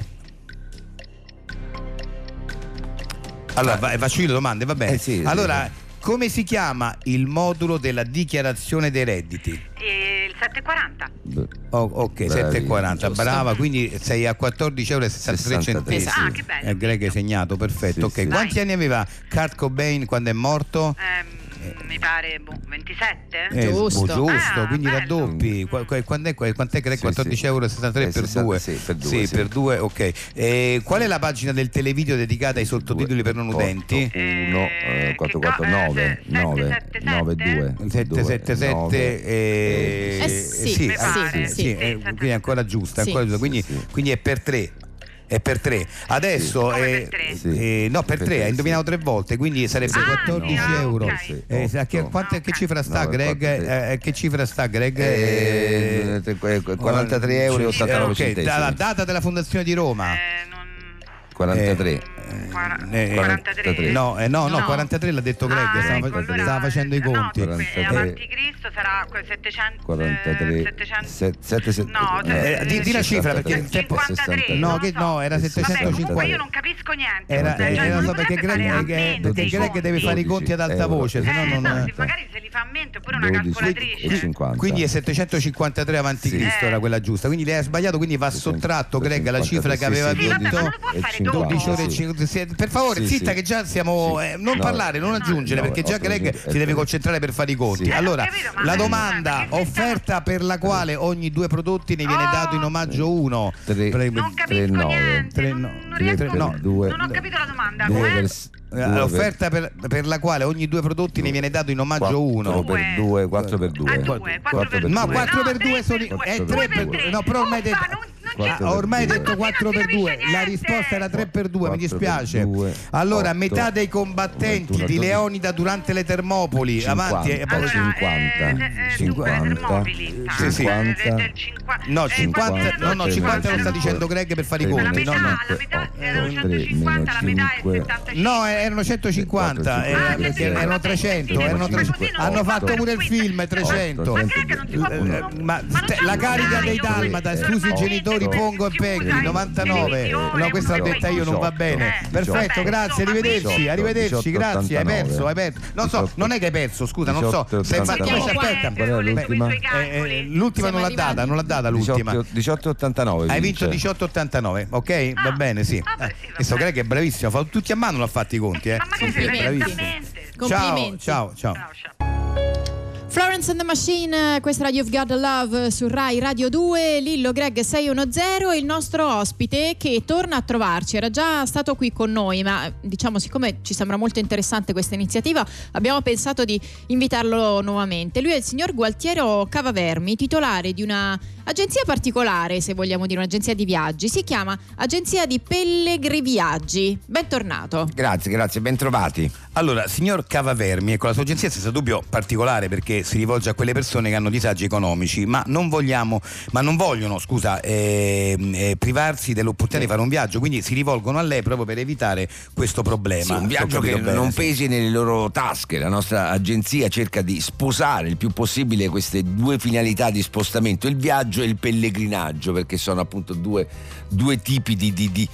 Speaker 3: Allora, vai, faccio io le domande, va bene.
Speaker 4: Eh, sì, sì,
Speaker 3: allora,
Speaker 4: sì.
Speaker 3: come si chiama il modulo della dichiarazione dei redditi?
Speaker 8: Eh, Il 740.
Speaker 4: Beh,
Speaker 3: Oh, ok,
Speaker 4: Bravi,
Speaker 3: 7,40,
Speaker 4: giusto.
Speaker 3: brava, quindi sei a 14,63 euro.
Speaker 8: Ah, che bello.
Speaker 3: Greg hai segnato, perfetto.
Speaker 4: Sì,
Speaker 3: ok,
Speaker 4: sì.
Speaker 3: quanti
Speaker 8: Dai.
Speaker 3: anni aveva Kurt Cobain quando è morto?
Speaker 8: Ehm, mi pare boh, 27?
Speaker 3: Eh,
Speaker 2: Giusto.
Speaker 3: boh, giusto,
Speaker 8: Ah,
Speaker 3: quindi
Speaker 8: bello.
Speaker 3: raddoppi. Qua- qua- Quant'è, qua- quant'è che è?
Speaker 4: Sì,
Speaker 3: 14,63
Speaker 4: sì.
Speaker 3: euro
Speaker 4: Eh,
Speaker 3: per
Speaker 4: 60,
Speaker 3: 2?
Speaker 4: sì, per due, sì.
Speaker 3: ok. Eh, qual è la pagina del televideo dedicata ai sottotitoli per non udenti?
Speaker 4: 1,
Speaker 8: Eh,
Speaker 4: 4,
Speaker 8: che co-
Speaker 4: 4,
Speaker 8: eh,
Speaker 4: 9,
Speaker 8: se-
Speaker 4: 9,
Speaker 8: 777?
Speaker 4: 9, 2.
Speaker 3: 777 eh,
Speaker 2: Eh, sì,
Speaker 3: sì,
Speaker 2: mi
Speaker 3: anzi,
Speaker 8: pare,
Speaker 3: sì,
Speaker 8: sì.
Speaker 3: eh, quindi è ancora giusta,
Speaker 2: Sì.
Speaker 3: ancora giusta. Quindi,
Speaker 4: Sì, sì.
Speaker 3: quindi è per 3 È per 3 Adesso
Speaker 8: Come
Speaker 3: eh,
Speaker 8: per tre?
Speaker 4: Sì.
Speaker 3: eh, no, per
Speaker 4: Per
Speaker 3: 3
Speaker 4: tre,
Speaker 3: hai
Speaker 4: sì.
Speaker 3: indovinato tre volte, quindi sarebbe
Speaker 8: Ah,
Speaker 3: 14
Speaker 8: sì, ah,
Speaker 3: euro.
Speaker 8: ok.
Speaker 3: Eh, sa- che,
Speaker 4: Otto.
Speaker 3: quanto-
Speaker 8: Ah,
Speaker 3: che
Speaker 8: ok.
Speaker 3: cifra sta
Speaker 4: Nove,
Speaker 3: Greg?
Speaker 4: quattro,
Speaker 3: Eh, eh, che cifra sta Greg?
Speaker 4: Eh,
Speaker 3: Eh,
Speaker 4: tre- que- 43 euro e 89
Speaker 3: ok,
Speaker 4: centesimi.
Speaker 3: da- La data della fondazione di Roma.
Speaker 8: Eh, non...
Speaker 4: 43.
Speaker 8: mm, quara-
Speaker 3: eh,
Speaker 8: 43.
Speaker 3: No, eh, no, no,
Speaker 2: No.
Speaker 3: 43 l'ha detto Greg,
Speaker 8: Ah,
Speaker 3: stava,
Speaker 8: ecco,
Speaker 3: fac-
Speaker 8: allora-
Speaker 3: stava facendo i
Speaker 8: no,
Speaker 3: conti.
Speaker 8: dunque,
Speaker 4: 43.
Speaker 8: avanti Cristo sarà quel 700
Speaker 4: 43
Speaker 8: eh, 700
Speaker 4: set- sette- sette-
Speaker 8: no,
Speaker 3: eh, di- di una cifra, perché il tempo-
Speaker 8: 53
Speaker 3: No,
Speaker 8: non
Speaker 3: che-
Speaker 8: so.
Speaker 3: no, era
Speaker 8: Vabbè,
Speaker 3: 750.
Speaker 8: comunque io non capisco niente
Speaker 3: Era,
Speaker 8: Cioè,
Speaker 3: era-
Speaker 8: non
Speaker 3: so perché
Speaker 8: dovrebbe
Speaker 3: Greg,
Speaker 8: fare a
Speaker 3: che-
Speaker 8: mente
Speaker 3: perché
Speaker 8: i
Speaker 3: Greg
Speaker 8: conti.
Speaker 3: deve fare i conti ad alta
Speaker 4: euro.
Speaker 3: voce, se
Speaker 8: eh,
Speaker 3: no
Speaker 8: no,
Speaker 3: non.
Speaker 8: se magari se li fa a mente oppure una
Speaker 4: 12
Speaker 8: calcolatrice
Speaker 4: e 50.
Speaker 3: Quindi è 753 avanti
Speaker 4: Sì.
Speaker 3: Cristo
Speaker 8: Eh.
Speaker 3: era quella giusta, quindi lei ha sbagliato, quindi va sottratto Greg alla cifra che aveva
Speaker 8: sì, vabbè, ma
Speaker 3: detto.
Speaker 8: non lo può fare
Speaker 3: 12
Speaker 8: dopo.
Speaker 3: ore e 50 sì, Per favore,
Speaker 4: Sì,
Speaker 3: zitta
Speaker 4: sì.
Speaker 3: che già siamo.
Speaker 4: Sì.
Speaker 3: eh, non
Speaker 4: No,
Speaker 3: parlare, non
Speaker 4: no,
Speaker 3: aggiungere,
Speaker 4: no,
Speaker 3: perché
Speaker 4: ho
Speaker 3: già Greg
Speaker 4: preso-
Speaker 3: si deve
Speaker 4: eh,
Speaker 3: concentrare per fare i conti.
Speaker 4: Sì.
Speaker 3: Allora,
Speaker 8: Eh, ho capito, ma-
Speaker 3: la
Speaker 8: eh,
Speaker 3: domanda
Speaker 8: perché se-
Speaker 3: offerta per la quale ogni due prodotti ne viene
Speaker 8: Oh!
Speaker 3: dato in omaggio uno.
Speaker 4: Ah. Tre-
Speaker 3: Pre-
Speaker 4: Tre,
Speaker 8: non capisco
Speaker 4: nove.
Speaker 8: niente
Speaker 3: Tre,
Speaker 8: non,
Speaker 3: no.
Speaker 8: non riesco
Speaker 3: Tre, no.
Speaker 4: Due.
Speaker 8: non ho capito la domanda
Speaker 4: Due
Speaker 8: com'è?
Speaker 4: per s- due per-
Speaker 3: L'offerta eh, per, per la quale ogni due prodotti ne viene dato in omaggio
Speaker 4: quattro
Speaker 3: uno.
Speaker 4: per 2, 4 per 2.
Speaker 8: a 2 4 per
Speaker 4: per
Speaker 3: No,
Speaker 8: due.
Speaker 3: quattro
Speaker 8: No,
Speaker 3: per
Speaker 8: tre
Speaker 3: due sono i-
Speaker 8: due.
Speaker 3: eh,
Speaker 8: Due
Speaker 3: tre per
Speaker 8: tre.
Speaker 3: due. No, però ormai
Speaker 8: Uffa,
Speaker 3: dei-
Speaker 8: non, non
Speaker 4: Quattro
Speaker 3: Ah, ho
Speaker 4: per
Speaker 3: ormai
Speaker 4: due.
Speaker 3: detto 4 per 2, la risposta era 3 per 2, mi
Speaker 4: Quattro per
Speaker 3: dispiace.
Speaker 4: due,
Speaker 3: allora,
Speaker 4: otto,
Speaker 3: metà dei combattenti
Speaker 4: 21,
Speaker 3: di
Speaker 4: 12.
Speaker 3: Leonida durante le Termopoli, avanti e poi
Speaker 4: Allora, 50,
Speaker 8: eh, eh,
Speaker 4: 50,
Speaker 8: dunque, termopili, intanto,
Speaker 3: Sì, sì.
Speaker 8: eh, del- del
Speaker 4: 50,
Speaker 3: No,
Speaker 8: eh,
Speaker 3: 50,
Speaker 8: quattro,
Speaker 3: no, no,
Speaker 8: eh,
Speaker 3: 50 lo sta
Speaker 8: erano-
Speaker 3: dicendo Greg per fare i
Speaker 4: Eh,
Speaker 8: La
Speaker 3: conti.
Speaker 8: metà,
Speaker 3: No, Eh, no.
Speaker 4: Cinque,
Speaker 8: la metà
Speaker 4: otto,
Speaker 8: erano
Speaker 4: tre,
Speaker 8: 150, la metà è
Speaker 4: cinque.
Speaker 8: 75.
Speaker 3: No, erano 150,
Speaker 4: Quattro,
Speaker 8: Ah,
Speaker 3: eh,
Speaker 4: cinque,
Speaker 3: perché
Speaker 4: cinque,
Speaker 3: erano
Speaker 4: cinque,
Speaker 3: 300,
Speaker 4: cinque,
Speaker 3: erano tre-
Speaker 4: cinque,
Speaker 3: hanno
Speaker 4: otto,
Speaker 3: fatto pure il film
Speaker 8: otto,
Speaker 3: 300.
Speaker 8: Ma che è che non si
Speaker 3: L-
Speaker 8: può
Speaker 3: eh,
Speaker 8: uno-
Speaker 3: ma
Speaker 8: ma non
Speaker 3: ste-
Speaker 8: c'è
Speaker 3: la
Speaker 8: un
Speaker 3: carica
Speaker 8: orario,
Speaker 3: dei Dalmata,
Speaker 8: eh,
Speaker 3: scusi i
Speaker 8: eh,
Speaker 3: genitori
Speaker 8: eh,
Speaker 3: Pongo e
Speaker 8: chiusa in
Speaker 3: Pecchi, 99.
Speaker 8: televisione,
Speaker 3: No, questa l'ha detta io, non va bene.
Speaker 8: eh,
Speaker 3: Perfetto,
Speaker 8: vabbè,
Speaker 3: grazie,
Speaker 8: insomma,
Speaker 3: arrivederci,
Speaker 4: 18,
Speaker 3: arrivederci,
Speaker 4: 18,
Speaker 3: grazie, hai
Speaker 4: 89.
Speaker 3: perso, hai perso. Non so,
Speaker 4: 18,
Speaker 3: non è che hai perso, scusa, non so.
Speaker 4: 18,
Speaker 3: Sei fatto-
Speaker 2: Siamo
Speaker 3: aspetta,
Speaker 2: quarti,
Speaker 3: aspetta.
Speaker 4: qual è
Speaker 3: Beh,
Speaker 4: l'ultima?
Speaker 3: eh, eh, l'ultima non l'ha
Speaker 2: Siamo
Speaker 3: data, non l'ha data l'ultima.
Speaker 4: 1889.
Speaker 3: Hai vinto 18,89, ok? Va
Speaker 8: Ah,
Speaker 3: bene, sì.
Speaker 8: ah, beh, sì, va
Speaker 3: Eh, Questo
Speaker 8: bene.
Speaker 3: Greg è bravissimo, fa tutti a mano, l'ha fatti i conti, eh.
Speaker 8: Ma magari
Speaker 3: Sì,
Speaker 8: se
Speaker 2: Complimenti.
Speaker 3: bravissimo.
Speaker 8: esattamente.
Speaker 3: Ciao,
Speaker 2: Complimenti.
Speaker 3: ciao, ciao.
Speaker 8: Ciao, ciao.
Speaker 2: Florence and the Machine, eh, questa era You've Got the Love su Rai Radio 2, Lillo Greg 610 e il nostro ospite che torna a trovarci, era già stato qui con noi, ma eh, diciamo siccome ci sembra molto interessante questa iniziativa, abbiamo pensato di invitarlo nuovamente. Lui è il signor Gualtiero Cavavermi, titolare di una agenzia particolare, se vogliamo dire, un'agenzia di viaggi, si chiama Agenzia di Pellegri Viaggi. Bentornato.
Speaker 4: Grazie, grazie, bentrovati.
Speaker 3: Allora, signor Cavavermi, ecco, la sua agenzia è senza dubbio particolare perché si rivolge a quelle persone che hanno disagi economici, ma non vogliamo, ma non vogliono, scusa, ehm, eh, privarsi dell'opportunità di fare un viaggio, quindi si rivolgono a lei proprio per evitare questo problema.
Speaker 4: Sì, un
Speaker 3: Se ho
Speaker 4: viaggio che
Speaker 3: capito bene,
Speaker 4: non
Speaker 3: sì.
Speaker 4: pesi nelle loro tasche. La nostra agenzia cerca di sposare il più possibile queste due finalità di spostamento, il viaggio e il pellegrinaggio, perché sono appunto due, due tipi di, di- di-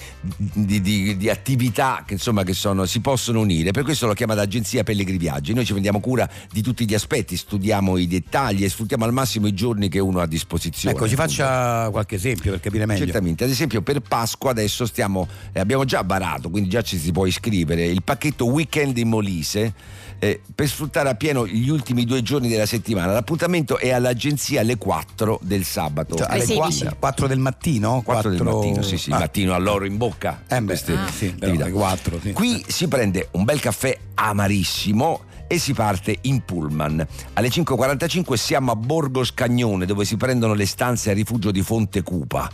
Speaker 4: di- di- di attività che, insomma, che sono- si possono unire. Per questo lo chiamata agenzia Pellegri Viaggi. Noi ci prendiamo cura di tutti gli aspetti, studiamo i dettagli e sfruttiamo al massimo i giorni che uno ha a disposizione.
Speaker 3: Ecco, ci
Speaker 4: appunto.
Speaker 3: faccia qualche esempio per capire meglio.
Speaker 4: Certamente, ad esempio per Pasqua adesso stiamo, eh, abbiamo già barato, quindi già ci si può iscrivere, il pacchetto Weekend in Molise eh, per sfruttare appieno gli ultimi due giorni della settimana. L'appuntamento è all'agenzia alle 4 del sabato.
Speaker 3: Cioè, alle
Speaker 2: 16.
Speaker 3: 4, del mattino?
Speaker 4: 4 del mattino, sì sì,
Speaker 3: Ah,
Speaker 4: il mattino all'oro in bocca.
Speaker 3: Eh beh,
Speaker 4: Queste
Speaker 3: ah. sì, però,
Speaker 4: attività.
Speaker 3: alle 4, sì.
Speaker 4: Qui si prende un bel caffè amarissimo e si parte in pullman. Alle 5.45 siamo a Borgo Scagnone dove si prendono le stanze a rifugio di Fonte Cupa.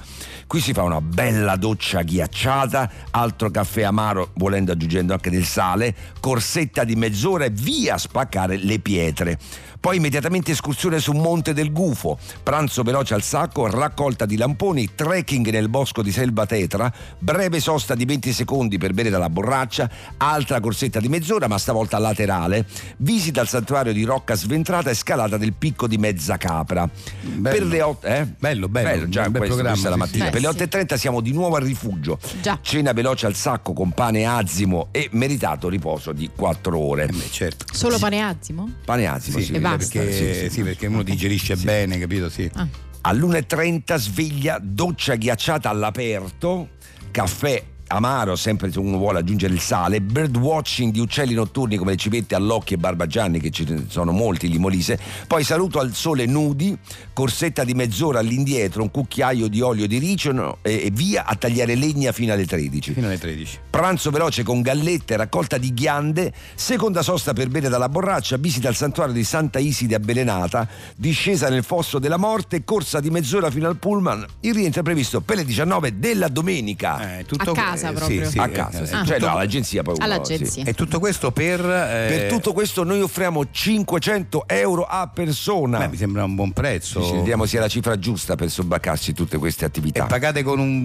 Speaker 4: Qui si fa una bella doccia ghiacciata, altro caffè amaro, volendo aggiungendo anche del sale, corsetta di mezz'ora e via a spaccare le pietre. Poi immediatamente escursione su Monte del Gufo, pranzo veloce al sacco, raccolta di lamponi, trekking nel bosco di Selva Tetra, breve sosta di 20 secondi per bere dalla borraccia, altra corsetta di mezz'ora ma stavolta laterale, visita al santuario di Rocca Sventrata e scalata del picco di Mezzacapra.
Speaker 3: Bello.
Speaker 4: Per le 8... Eh?
Speaker 3: Bello, bello,
Speaker 4: già
Speaker 3: un bel
Speaker 4: questo,
Speaker 3: programma,
Speaker 4: questa è
Speaker 3: sì,
Speaker 4: la mattina.
Speaker 2: sì.
Speaker 4: Per le
Speaker 2: Beh,
Speaker 4: 8.30 siamo di nuovo al rifugio.
Speaker 2: Già.
Speaker 4: Cena veloce al sacco con pane azimo e meritato riposo di 4 ore.
Speaker 3: Eh beh, certo.
Speaker 2: Solo paneazzimo?
Speaker 4: Pane azimo,
Speaker 3: Sì,
Speaker 4: sì,
Speaker 2: E basta.
Speaker 3: perché,
Speaker 4: sì, sì.
Speaker 3: sì, perché uno digerisce bene, capito? Sì.
Speaker 2: Ah.
Speaker 4: all'1.30 sveglia, doccia ghiacciata all'aperto, caffè amaro, sempre se uno vuole aggiungere il sale, bird watching di uccelli notturni come le civette all'occhio e barbagianni, che ce ne sono molti lì in molise, poi saluto al sole nudi, corsetta di mezz'ora all'indietro, un cucchiaio di olio di ricino e, e via a tagliare legna fino alle 13.
Speaker 3: Fino alle 13.
Speaker 4: Pranzo veloce con gallette, raccolta di ghiande, seconda sosta per bere dalla borraccia, visita al santuario di Santa Iside a Belenata, discesa nel fosso della morte, corsa di mezz'ora fino al pullman, il rientro è previsto per le 19 della domenica.
Speaker 3: Eh, tutto-
Speaker 2: A casa
Speaker 3: eh,
Speaker 2: proprio.
Speaker 3: sì, sì,
Speaker 4: a
Speaker 3: eh,
Speaker 4: Ah, casa,
Speaker 3: eh,
Speaker 4: sì.
Speaker 2: Ah.
Speaker 4: cioè
Speaker 3: tutto-
Speaker 4: no, all'agenzia poi uno,
Speaker 2: All'agenzia.
Speaker 4: sì.
Speaker 3: E tutto questo per... eh,
Speaker 4: Per tutto questo noi offriamo 500 euro a persona.
Speaker 3: beh, Eh, mi sembra un buon prezzo.
Speaker 4: Ci vediamo se è la cifra giusta per sobbaccarsi tutte queste
Speaker 3: E
Speaker 4: attività.
Speaker 3: pagate con un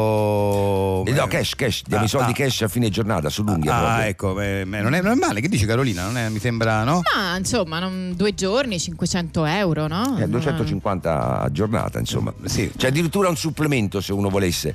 Speaker 3: bonifico...
Speaker 4: Eh, no, cash, cash, diamo
Speaker 3: Ah,
Speaker 4: i soldi
Speaker 3: ah.
Speaker 4: cash a fine giornata, sull'unghia
Speaker 3: Ah,
Speaker 4: proprio.
Speaker 3: ecco, eh, beh, non è normale. Che dici Carolina? Non è- mi sembra, no?
Speaker 2: Ma insomma, non- due giorni, 500 euro, Oh, no?
Speaker 4: Eh, 250 a giornata, insomma.
Speaker 3: Sì.
Speaker 4: C'è addirittura un supplemento se uno volesse.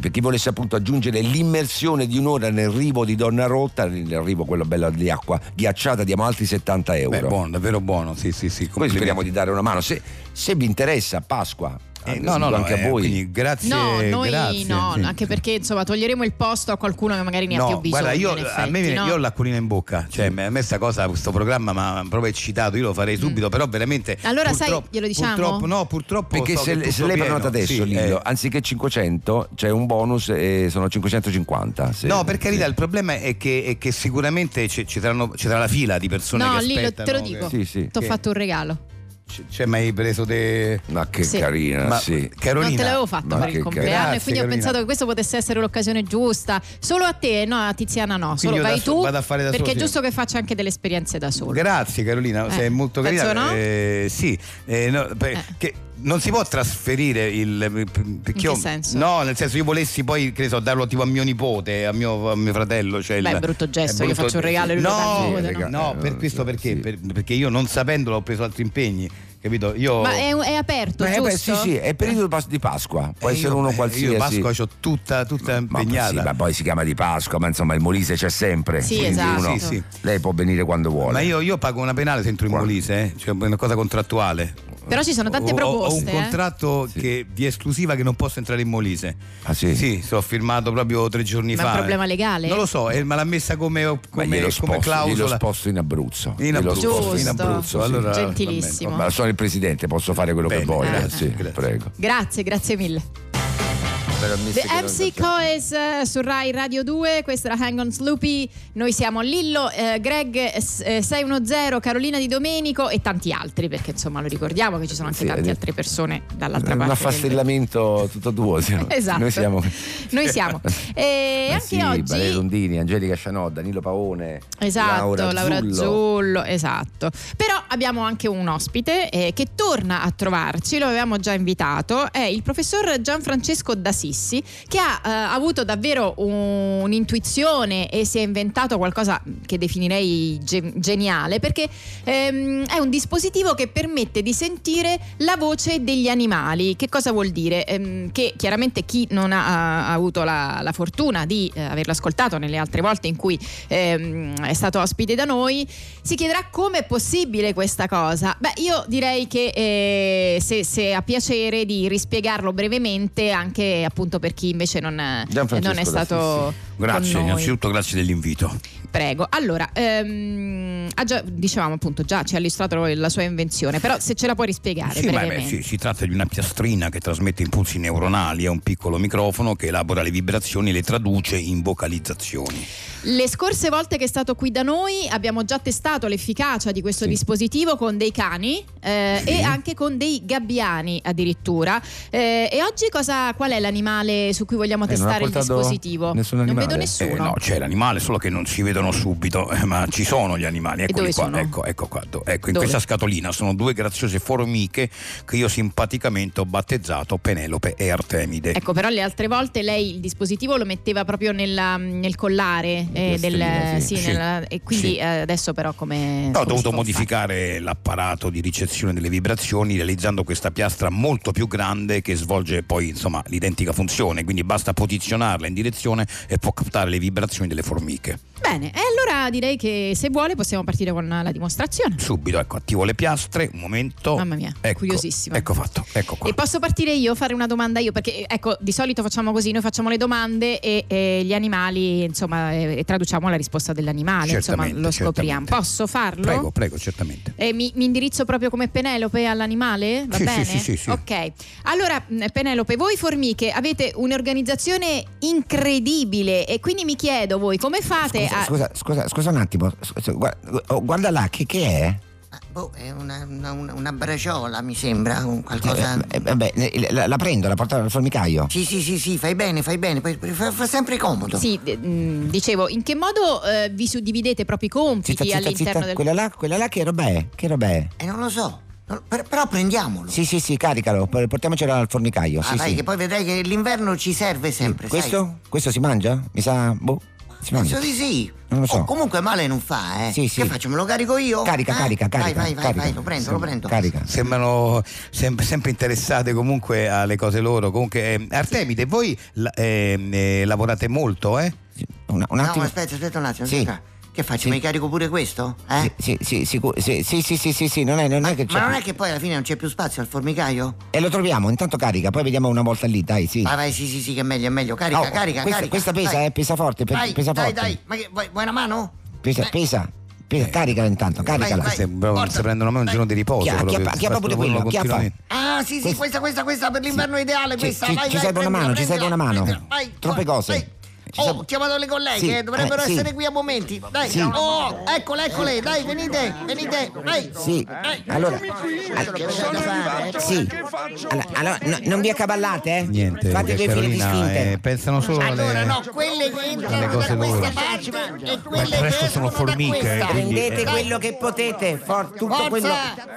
Speaker 4: Per chi volesse appunto aggiungere l'immersione di un'ora nel rivo di Donna Rotta, nel rivo quello bello di acqua ghiacciata, diamo altri 70 euro.
Speaker 3: Beh, buono, davvero buono. Sì, sì, sì.
Speaker 4: Poi
Speaker 3: complimenti.
Speaker 4: speriamo di dare una mano. Se, se vi interessa, a Pasqua,
Speaker 3: Eh,
Speaker 4: eh,
Speaker 3: no, no, no,
Speaker 4: anche
Speaker 3: eh,
Speaker 4: a voi.
Speaker 3: quindi grazie.
Speaker 2: No, noi
Speaker 3: grazie,
Speaker 2: no,
Speaker 3: sì.
Speaker 2: anche perché insomma toglieremo il posto a qualcuno che magari ne ha
Speaker 3: No,
Speaker 2: più bisogno.
Speaker 3: guarda, io,
Speaker 2: in
Speaker 3: a me
Speaker 2: effetti,
Speaker 3: viene-
Speaker 2: no?
Speaker 3: io ho l'acquolina in bocca, cioè a me sta cosa, questo programma mi ha proprio eccitato, io lo farei subito, però veramente...
Speaker 2: Mm. Allora, sai,
Speaker 3: purtroppo-
Speaker 2: glielo diciamo?
Speaker 3: Purtroppo, no, purtroppo...
Speaker 4: Perché
Speaker 3: so che è
Speaker 4: se, se
Speaker 3: tutto
Speaker 4: lei
Speaker 3: pieno.
Speaker 4: prenota adesso,
Speaker 3: Sì,
Speaker 4: Lillo,
Speaker 3: eh.
Speaker 4: anziché 500 c'è un bonus e sono 550. se-
Speaker 3: No, per carità,
Speaker 4: sì.
Speaker 3: il problema è che, è che sicuramente ci, ci saranno- ci sarà la fila di persone
Speaker 2: No,
Speaker 3: che
Speaker 2: Lillo,
Speaker 3: aspettano.
Speaker 2: te lo
Speaker 3: che-
Speaker 2: dico.
Speaker 4: Sì, sì.
Speaker 2: Ti ho
Speaker 3: Che-
Speaker 2: fatto un regalo.
Speaker 3: c- cioè, mi hai preso te.
Speaker 4: Ma che
Speaker 2: Sì.
Speaker 4: carina,
Speaker 3: Ma-
Speaker 4: sì.
Speaker 3: Carolina.
Speaker 2: Non te l'avevo fatto
Speaker 4: Ma
Speaker 2: per
Speaker 4: che
Speaker 2: il compleanno
Speaker 3: carino.
Speaker 2: e quindi
Speaker 3: Grazie,
Speaker 2: ho pensato
Speaker 3: Carolina.
Speaker 2: che questo potesse essere l'occasione giusta. Solo a te, no, a Tiziana no,
Speaker 3: Quindi
Speaker 2: solo
Speaker 3: io da
Speaker 2: vai
Speaker 3: so-
Speaker 2: tu.
Speaker 3: vado a fare da
Speaker 2: perché
Speaker 3: solo,
Speaker 2: è
Speaker 3: sì.
Speaker 2: giusto che faccia anche delle esperienze da solo.
Speaker 3: Grazie Carolina,
Speaker 2: Eh,
Speaker 3: sei molto
Speaker 2: penso
Speaker 3: carina.
Speaker 2: no?
Speaker 3: Eh, sì, eh, no, per-
Speaker 2: Eh.
Speaker 3: che non si può trasferire il eh, perché
Speaker 2: In che
Speaker 3: io-
Speaker 2: senso?
Speaker 3: No, nel senso io volessi poi, che ne so, darlo tipo a mio nipote, a mio, a mio fratello. Cioè
Speaker 2: Beh,
Speaker 3: il,
Speaker 2: brutto gesto,
Speaker 3: è
Speaker 2: io faccio un regalo e lui lo dà a mio
Speaker 3: no,
Speaker 2: nipote,
Speaker 3: no,
Speaker 4: no?
Speaker 3: no, per questo perché?
Speaker 4: Sì.
Speaker 3: Per- perché io non sapendolo ho preso altri impegni, capito? Io
Speaker 2: Ma è, è aperto,
Speaker 4: Ma è, Eh, beh,
Speaker 2: giusto?
Speaker 4: sì, sì, è periodo di Pas- di Pasqua, può
Speaker 3: eh,
Speaker 4: essere
Speaker 3: io-
Speaker 4: uno
Speaker 3: eh,
Speaker 4: qualsiasi.
Speaker 3: Io Pasqua c'ho tutta, tutta
Speaker 4: Ma,
Speaker 3: impegnata.
Speaker 4: sì, ma poi si chiama di Pasqua, ma insomma il Molise c'è sempre.
Speaker 2: Sì,
Speaker 4: quindi
Speaker 2: esatto.
Speaker 4: uno-
Speaker 3: Sì, sì.
Speaker 4: Lei può venire quando vuole.
Speaker 3: Ma io, io pago una penale se entro in
Speaker 4: Quando?
Speaker 3: Molise, eh? cioè una cosa contrattuale.
Speaker 2: Però ci sono tante
Speaker 3: Ho- ho-
Speaker 2: proposte.
Speaker 3: Ho un
Speaker 2: eh.
Speaker 3: contratto che- di esclusiva che non posso entrare in Molise.
Speaker 4: Ah, sì?
Speaker 3: Sì, se ho firmato proprio tre giorni
Speaker 2: Ma è
Speaker 3: fa.
Speaker 2: un problema legale?
Speaker 3: Non lo so, eh, ma l'ha messa come,
Speaker 4: Ma
Speaker 3: come,
Speaker 4: glielo
Speaker 3: come
Speaker 4: sposto, glielo
Speaker 3: clausola.
Speaker 4: sposto in Abruzzo.
Speaker 3: In
Speaker 4: Glielo
Speaker 3: Abruzzo,
Speaker 2: Giusto.
Speaker 4: sposto
Speaker 3: in Abruzzo. Allora,
Speaker 2: Gentilissimo.
Speaker 3: va
Speaker 4: Ma sono il presidente, posso fare quello che
Speaker 3: Bene,
Speaker 4: voglio.
Speaker 3: grazie,
Speaker 4: sì,
Speaker 3: grazie.
Speaker 4: prego.
Speaker 2: Grazie, grazie mille. The
Speaker 4: esatto.
Speaker 2: MC Coes eh, su Rai Radio 2, questa era Hang on Sloopy, noi siamo Lillo, eh, Greg eh, s- eh, 610, Carolina Di Domenico e tanti altri, perché insomma lo ricordiamo che ci sono anche
Speaker 4: Sì,
Speaker 2: tante
Speaker 4: eh,
Speaker 2: altre persone dall'altra
Speaker 4: Un
Speaker 2: parte. del-
Speaker 4: affastellamento tutto tuo. siamo.
Speaker 2: Esatto.
Speaker 4: Noi siamo.
Speaker 2: Noi siamo. E
Speaker 4: Ma
Speaker 2: anche
Speaker 4: sì,
Speaker 2: oggi...
Speaker 4: Valeria Rondini, Angelica Scianò, Danilo Paone,
Speaker 2: Esatto, Laura,
Speaker 4: Zullo.
Speaker 2: Zullo. esatto. Però abbiamo anche un ospite eh, che torna a trovarci, lo avevamo già invitato, è il professor Gianfrancesco Da Sissi che ha eh, avuto davvero un- un'intuizione e si è inventato qualcosa che definirei ge- geniale perché ehm, è un dispositivo che permette di sentire la voce degli animali. Che cosa vuol dire? Ehm, che chiaramente chi non ha, ha avuto la, la fortuna di eh, averlo ascoltato nelle altre volte in cui ehm, è stato ospite da noi si chiederà come è possibile questa cosa. Beh, io direi che eh, se, se ha piacere di rispiegarlo brevemente anche appunto per chi invece non,
Speaker 4: Gianfrancesco
Speaker 2: non è
Speaker 4: da
Speaker 2: stato...
Speaker 3: Grazie,
Speaker 2: con noi.
Speaker 3: innanzitutto grazie dell'invito.
Speaker 2: Prego, allora, ehm, ha già- dicevamo appunto già ci ha illustrato la sua invenzione, però se ce la puoi rispiegare
Speaker 3: Sì, ma beh,
Speaker 2: brevemente.
Speaker 3: sì, si tratta di una piastrina che trasmette impulsi neuronali, è un piccolo microfono che elabora le vibrazioni e le traduce in vocalizzazioni.
Speaker 2: Le scorse volte che è stato qui da noi abbiamo già testato l'efficacia di questo dispositivo con dei cani eh, e anche con dei gabbiani addirittura. Eh, e oggi cosa, qual è l'animale su cui vogliamo
Speaker 4: non ha
Speaker 2: testare il
Speaker 4: portato
Speaker 2: dispositivo?
Speaker 4: nessun
Speaker 2: non
Speaker 4: animale?
Speaker 2: vedo
Speaker 3: Eh,
Speaker 2: nessuno.
Speaker 3: no, c'è l'animale, solo che non si vedono subito, eh, ma ci sono gli animali. Eccoli
Speaker 2: dove
Speaker 3: qua,
Speaker 2: sono?
Speaker 3: Ecco, ecco qua. do- ecco, in
Speaker 2: Dove?
Speaker 3: questa scatolina sono due graziose formiche che io simpaticamente ho battezzato Penelope e Artemide.
Speaker 2: Ecco, però le altre volte lei il dispositivo lo metteva proprio nella- nel collare eh,
Speaker 4: piastrina,
Speaker 2: del,
Speaker 4: sì.
Speaker 2: sì,
Speaker 3: Sì.
Speaker 2: nella- e quindi
Speaker 3: Sì.
Speaker 2: eh, adesso però come... come
Speaker 3: Però ho
Speaker 2: si
Speaker 3: dovuto
Speaker 2: può
Speaker 3: modificare l'apparato di ricezione delle vibrazioni realizzando questa piastra molto più grande che svolge poi insomma l'identica funzione, quindi basta posizionarla in direzione e può captare le vibrazioni delle formiche.
Speaker 2: fare? Bene, e allora direi che se vuole possiamo partire con la dimostrazione.
Speaker 3: Subito, ecco, attivo le piastre, un momento.
Speaker 2: Mamma mia,
Speaker 3: Ecco,
Speaker 2: curiosissima.
Speaker 3: Ecco fatto, ecco qua.
Speaker 2: E posso partire io, fare una domanda io? Perché ecco, di solito facciamo così, noi facciamo le domande e, e gli animali, insomma, e, e traduciamo la risposta dell'animale, insomma,
Speaker 3: Certamente,
Speaker 2: lo scopriamo.
Speaker 3: certamente.
Speaker 2: Posso farlo?
Speaker 3: Prego, prego, certamente.
Speaker 2: E mi, mi indirizzo proprio come Penelope all'animale? Va
Speaker 3: Sì,
Speaker 2: bene?
Speaker 3: sì, sì, sì, sì.
Speaker 2: Ok. Allora, mh, Penelope, voi formiche avete un'organizzazione incredibile e quindi mi chiedo voi come fate
Speaker 10: Scusa,
Speaker 2: a...
Speaker 10: scusa, sguarda un attimo. Scusa, guarda, oh, guarda là, che, che è?
Speaker 11: Boh, è una, una, una- una braciola, mi sembra, un qualcosa.
Speaker 10: Eh, eh, vabbè, eh, la, la prendo, la porto al formicaio.
Speaker 11: Sì, sì, sì, sì, fai bene, fai bene, poi- poi fa, fa sempre comodo.
Speaker 2: Sì, d- mh, dicevo, in che modo eh, vi suddividete proprio i propri compiti
Speaker 10: Zitta, zitta,
Speaker 2: all'interno
Speaker 10: zitta.
Speaker 2: del...
Speaker 10: Quella, là, quella là che roba è? Che roba è?
Speaker 11: E Eh, non lo so, non- per- però prendiamolo.
Speaker 10: Sì, sì, sì, caricalo, por- portiamocelo al formicaio.
Speaker 11: Ah,
Speaker 10: Sì,
Speaker 11: vai,
Speaker 10: sì.
Speaker 11: che poi vedrai che l'inverno ci serve sempre. sai.
Speaker 10: Questo? Questo si mangia? Mi sa. Boh. Si mangia.
Speaker 11: Penso di sì.
Speaker 10: Non lo so.
Speaker 11: Oh, comunque male non fa, eh.
Speaker 10: Sì, sì.
Speaker 11: Che faccio? Me lo carico io?
Speaker 10: Carica,
Speaker 11: Eh?
Speaker 10: carica,
Speaker 11: Vai,
Speaker 10: carica.
Speaker 11: vai, vai,
Speaker 10: carica.
Speaker 11: vai, lo prendo, lo prendo.
Speaker 10: Carica.
Speaker 3: Sembrano sem- sempre interessate comunque alle cose loro. Comunque, ehm, Artemide, voi la- ehm, eh, lavorate molto, eh?
Speaker 10: Un, un
Speaker 11: No,
Speaker 10: attimo.
Speaker 11: aspetta, aspetta un attimo.
Speaker 10: Sì.
Speaker 11: aspetta. Che faccio?
Speaker 10: Sì.
Speaker 11: Mi carico pure questo? Eh?
Speaker 10: Sì, sì, sì, sicuro- sì, sì, sì, sì, sì, sì, non è, non è che c'è.
Speaker 11: Ma non è che poi alla fine non c'è più spazio al formicaio?
Speaker 10: E lo troviamo, intanto carica, poi vediamo una volta lì, dai, sì.
Speaker 11: Vai, vai, sì, sì, sì, che è meglio, è meglio. Carica,
Speaker 10: Oh,
Speaker 11: carica,
Speaker 10: questa,
Speaker 11: carica.
Speaker 10: questa pesa,
Speaker 11: Dai.
Speaker 10: eh, pesa forte, pe-
Speaker 11: Dai,
Speaker 10: pesa
Speaker 11: dai,
Speaker 10: forte.
Speaker 11: dai, ma che vuoi, vuoi una mano?
Speaker 10: Pesa,
Speaker 11: Beh,
Speaker 10: pesa, pesa,
Speaker 3: Eh.
Speaker 10: caricala intanto, caricala.
Speaker 11: vai.
Speaker 3: Sembra non si
Speaker 11: porta-
Speaker 3: prendono mai un
Speaker 11: dai.
Speaker 3: giorno di riposo.
Speaker 10: Chia-
Speaker 3: proprio,
Speaker 10: acchiappa- acchiappa pure
Speaker 3: trasformano
Speaker 10: quello, acchiappa.
Speaker 3: continuamente.
Speaker 11: Ah, sì, sì,
Speaker 10: Questa-
Speaker 11: questa, questa, questa per l'inverno ideale,
Speaker 10: Ci,
Speaker 11: questa.
Speaker 10: ci-
Speaker 11: vai,
Speaker 10: ci
Speaker 11: vai,
Speaker 10: serve una
Speaker 11: prendila,
Speaker 10: mano, ci serve
Speaker 11: prendila,
Speaker 10: una mano.
Speaker 11: prendila, vai,
Speaker 10: Troppe
Speaker 11: vai,
Speaker 10: cose.
Speaker 11: vai.
Speaker 12: Oh, ho chiamato le colleghe,
Speaker 11: Sì,
Speaker 12: eh, dovrebbero
Speaker 11: eh, sì.
Speaker 12: essere qui a momenti. Dai,
Speaker 11: Sì.
Speaker 12: oh, eccole, eccole, dai, venite, venite, dai.
Speaker 11: Sì,
Speaker 12: Dai.
Speaker 11: allora,
Speaker 12: Questo lo potete fare, eh.
Speaker 11: sì. Allora, allora, no- non vi accavallate, eh?
Speaker 3: Niente, cioè,
Speaker 11: Fate dei film di
Speaker 3: Carolina,
Speaker 11: sfinte.
Speaker 3: eh, pensano solo
Speaker 12: Allora,
Speaker 3: alle...
Speaker 12: no, quelle che
Speaker 3: alle
Speaker 12: entrano
Speaker 3: cose
Speaker 12: da questa
Speaker 3: loro.
Speaker 12: parte e
Speaker 3: Ma il
Speaker 12: quelle che
Speaker 3: resto sono
Speaker 12: escono da
Speaker 3: formiche. eh,
Speaker 12: questa.
Speaker 3: quindi,
Speaker 11: Prendete
Speaker 3: eh,
Speaker 11: quello che potete, for- tutto quello.
Speaker 12: Forza,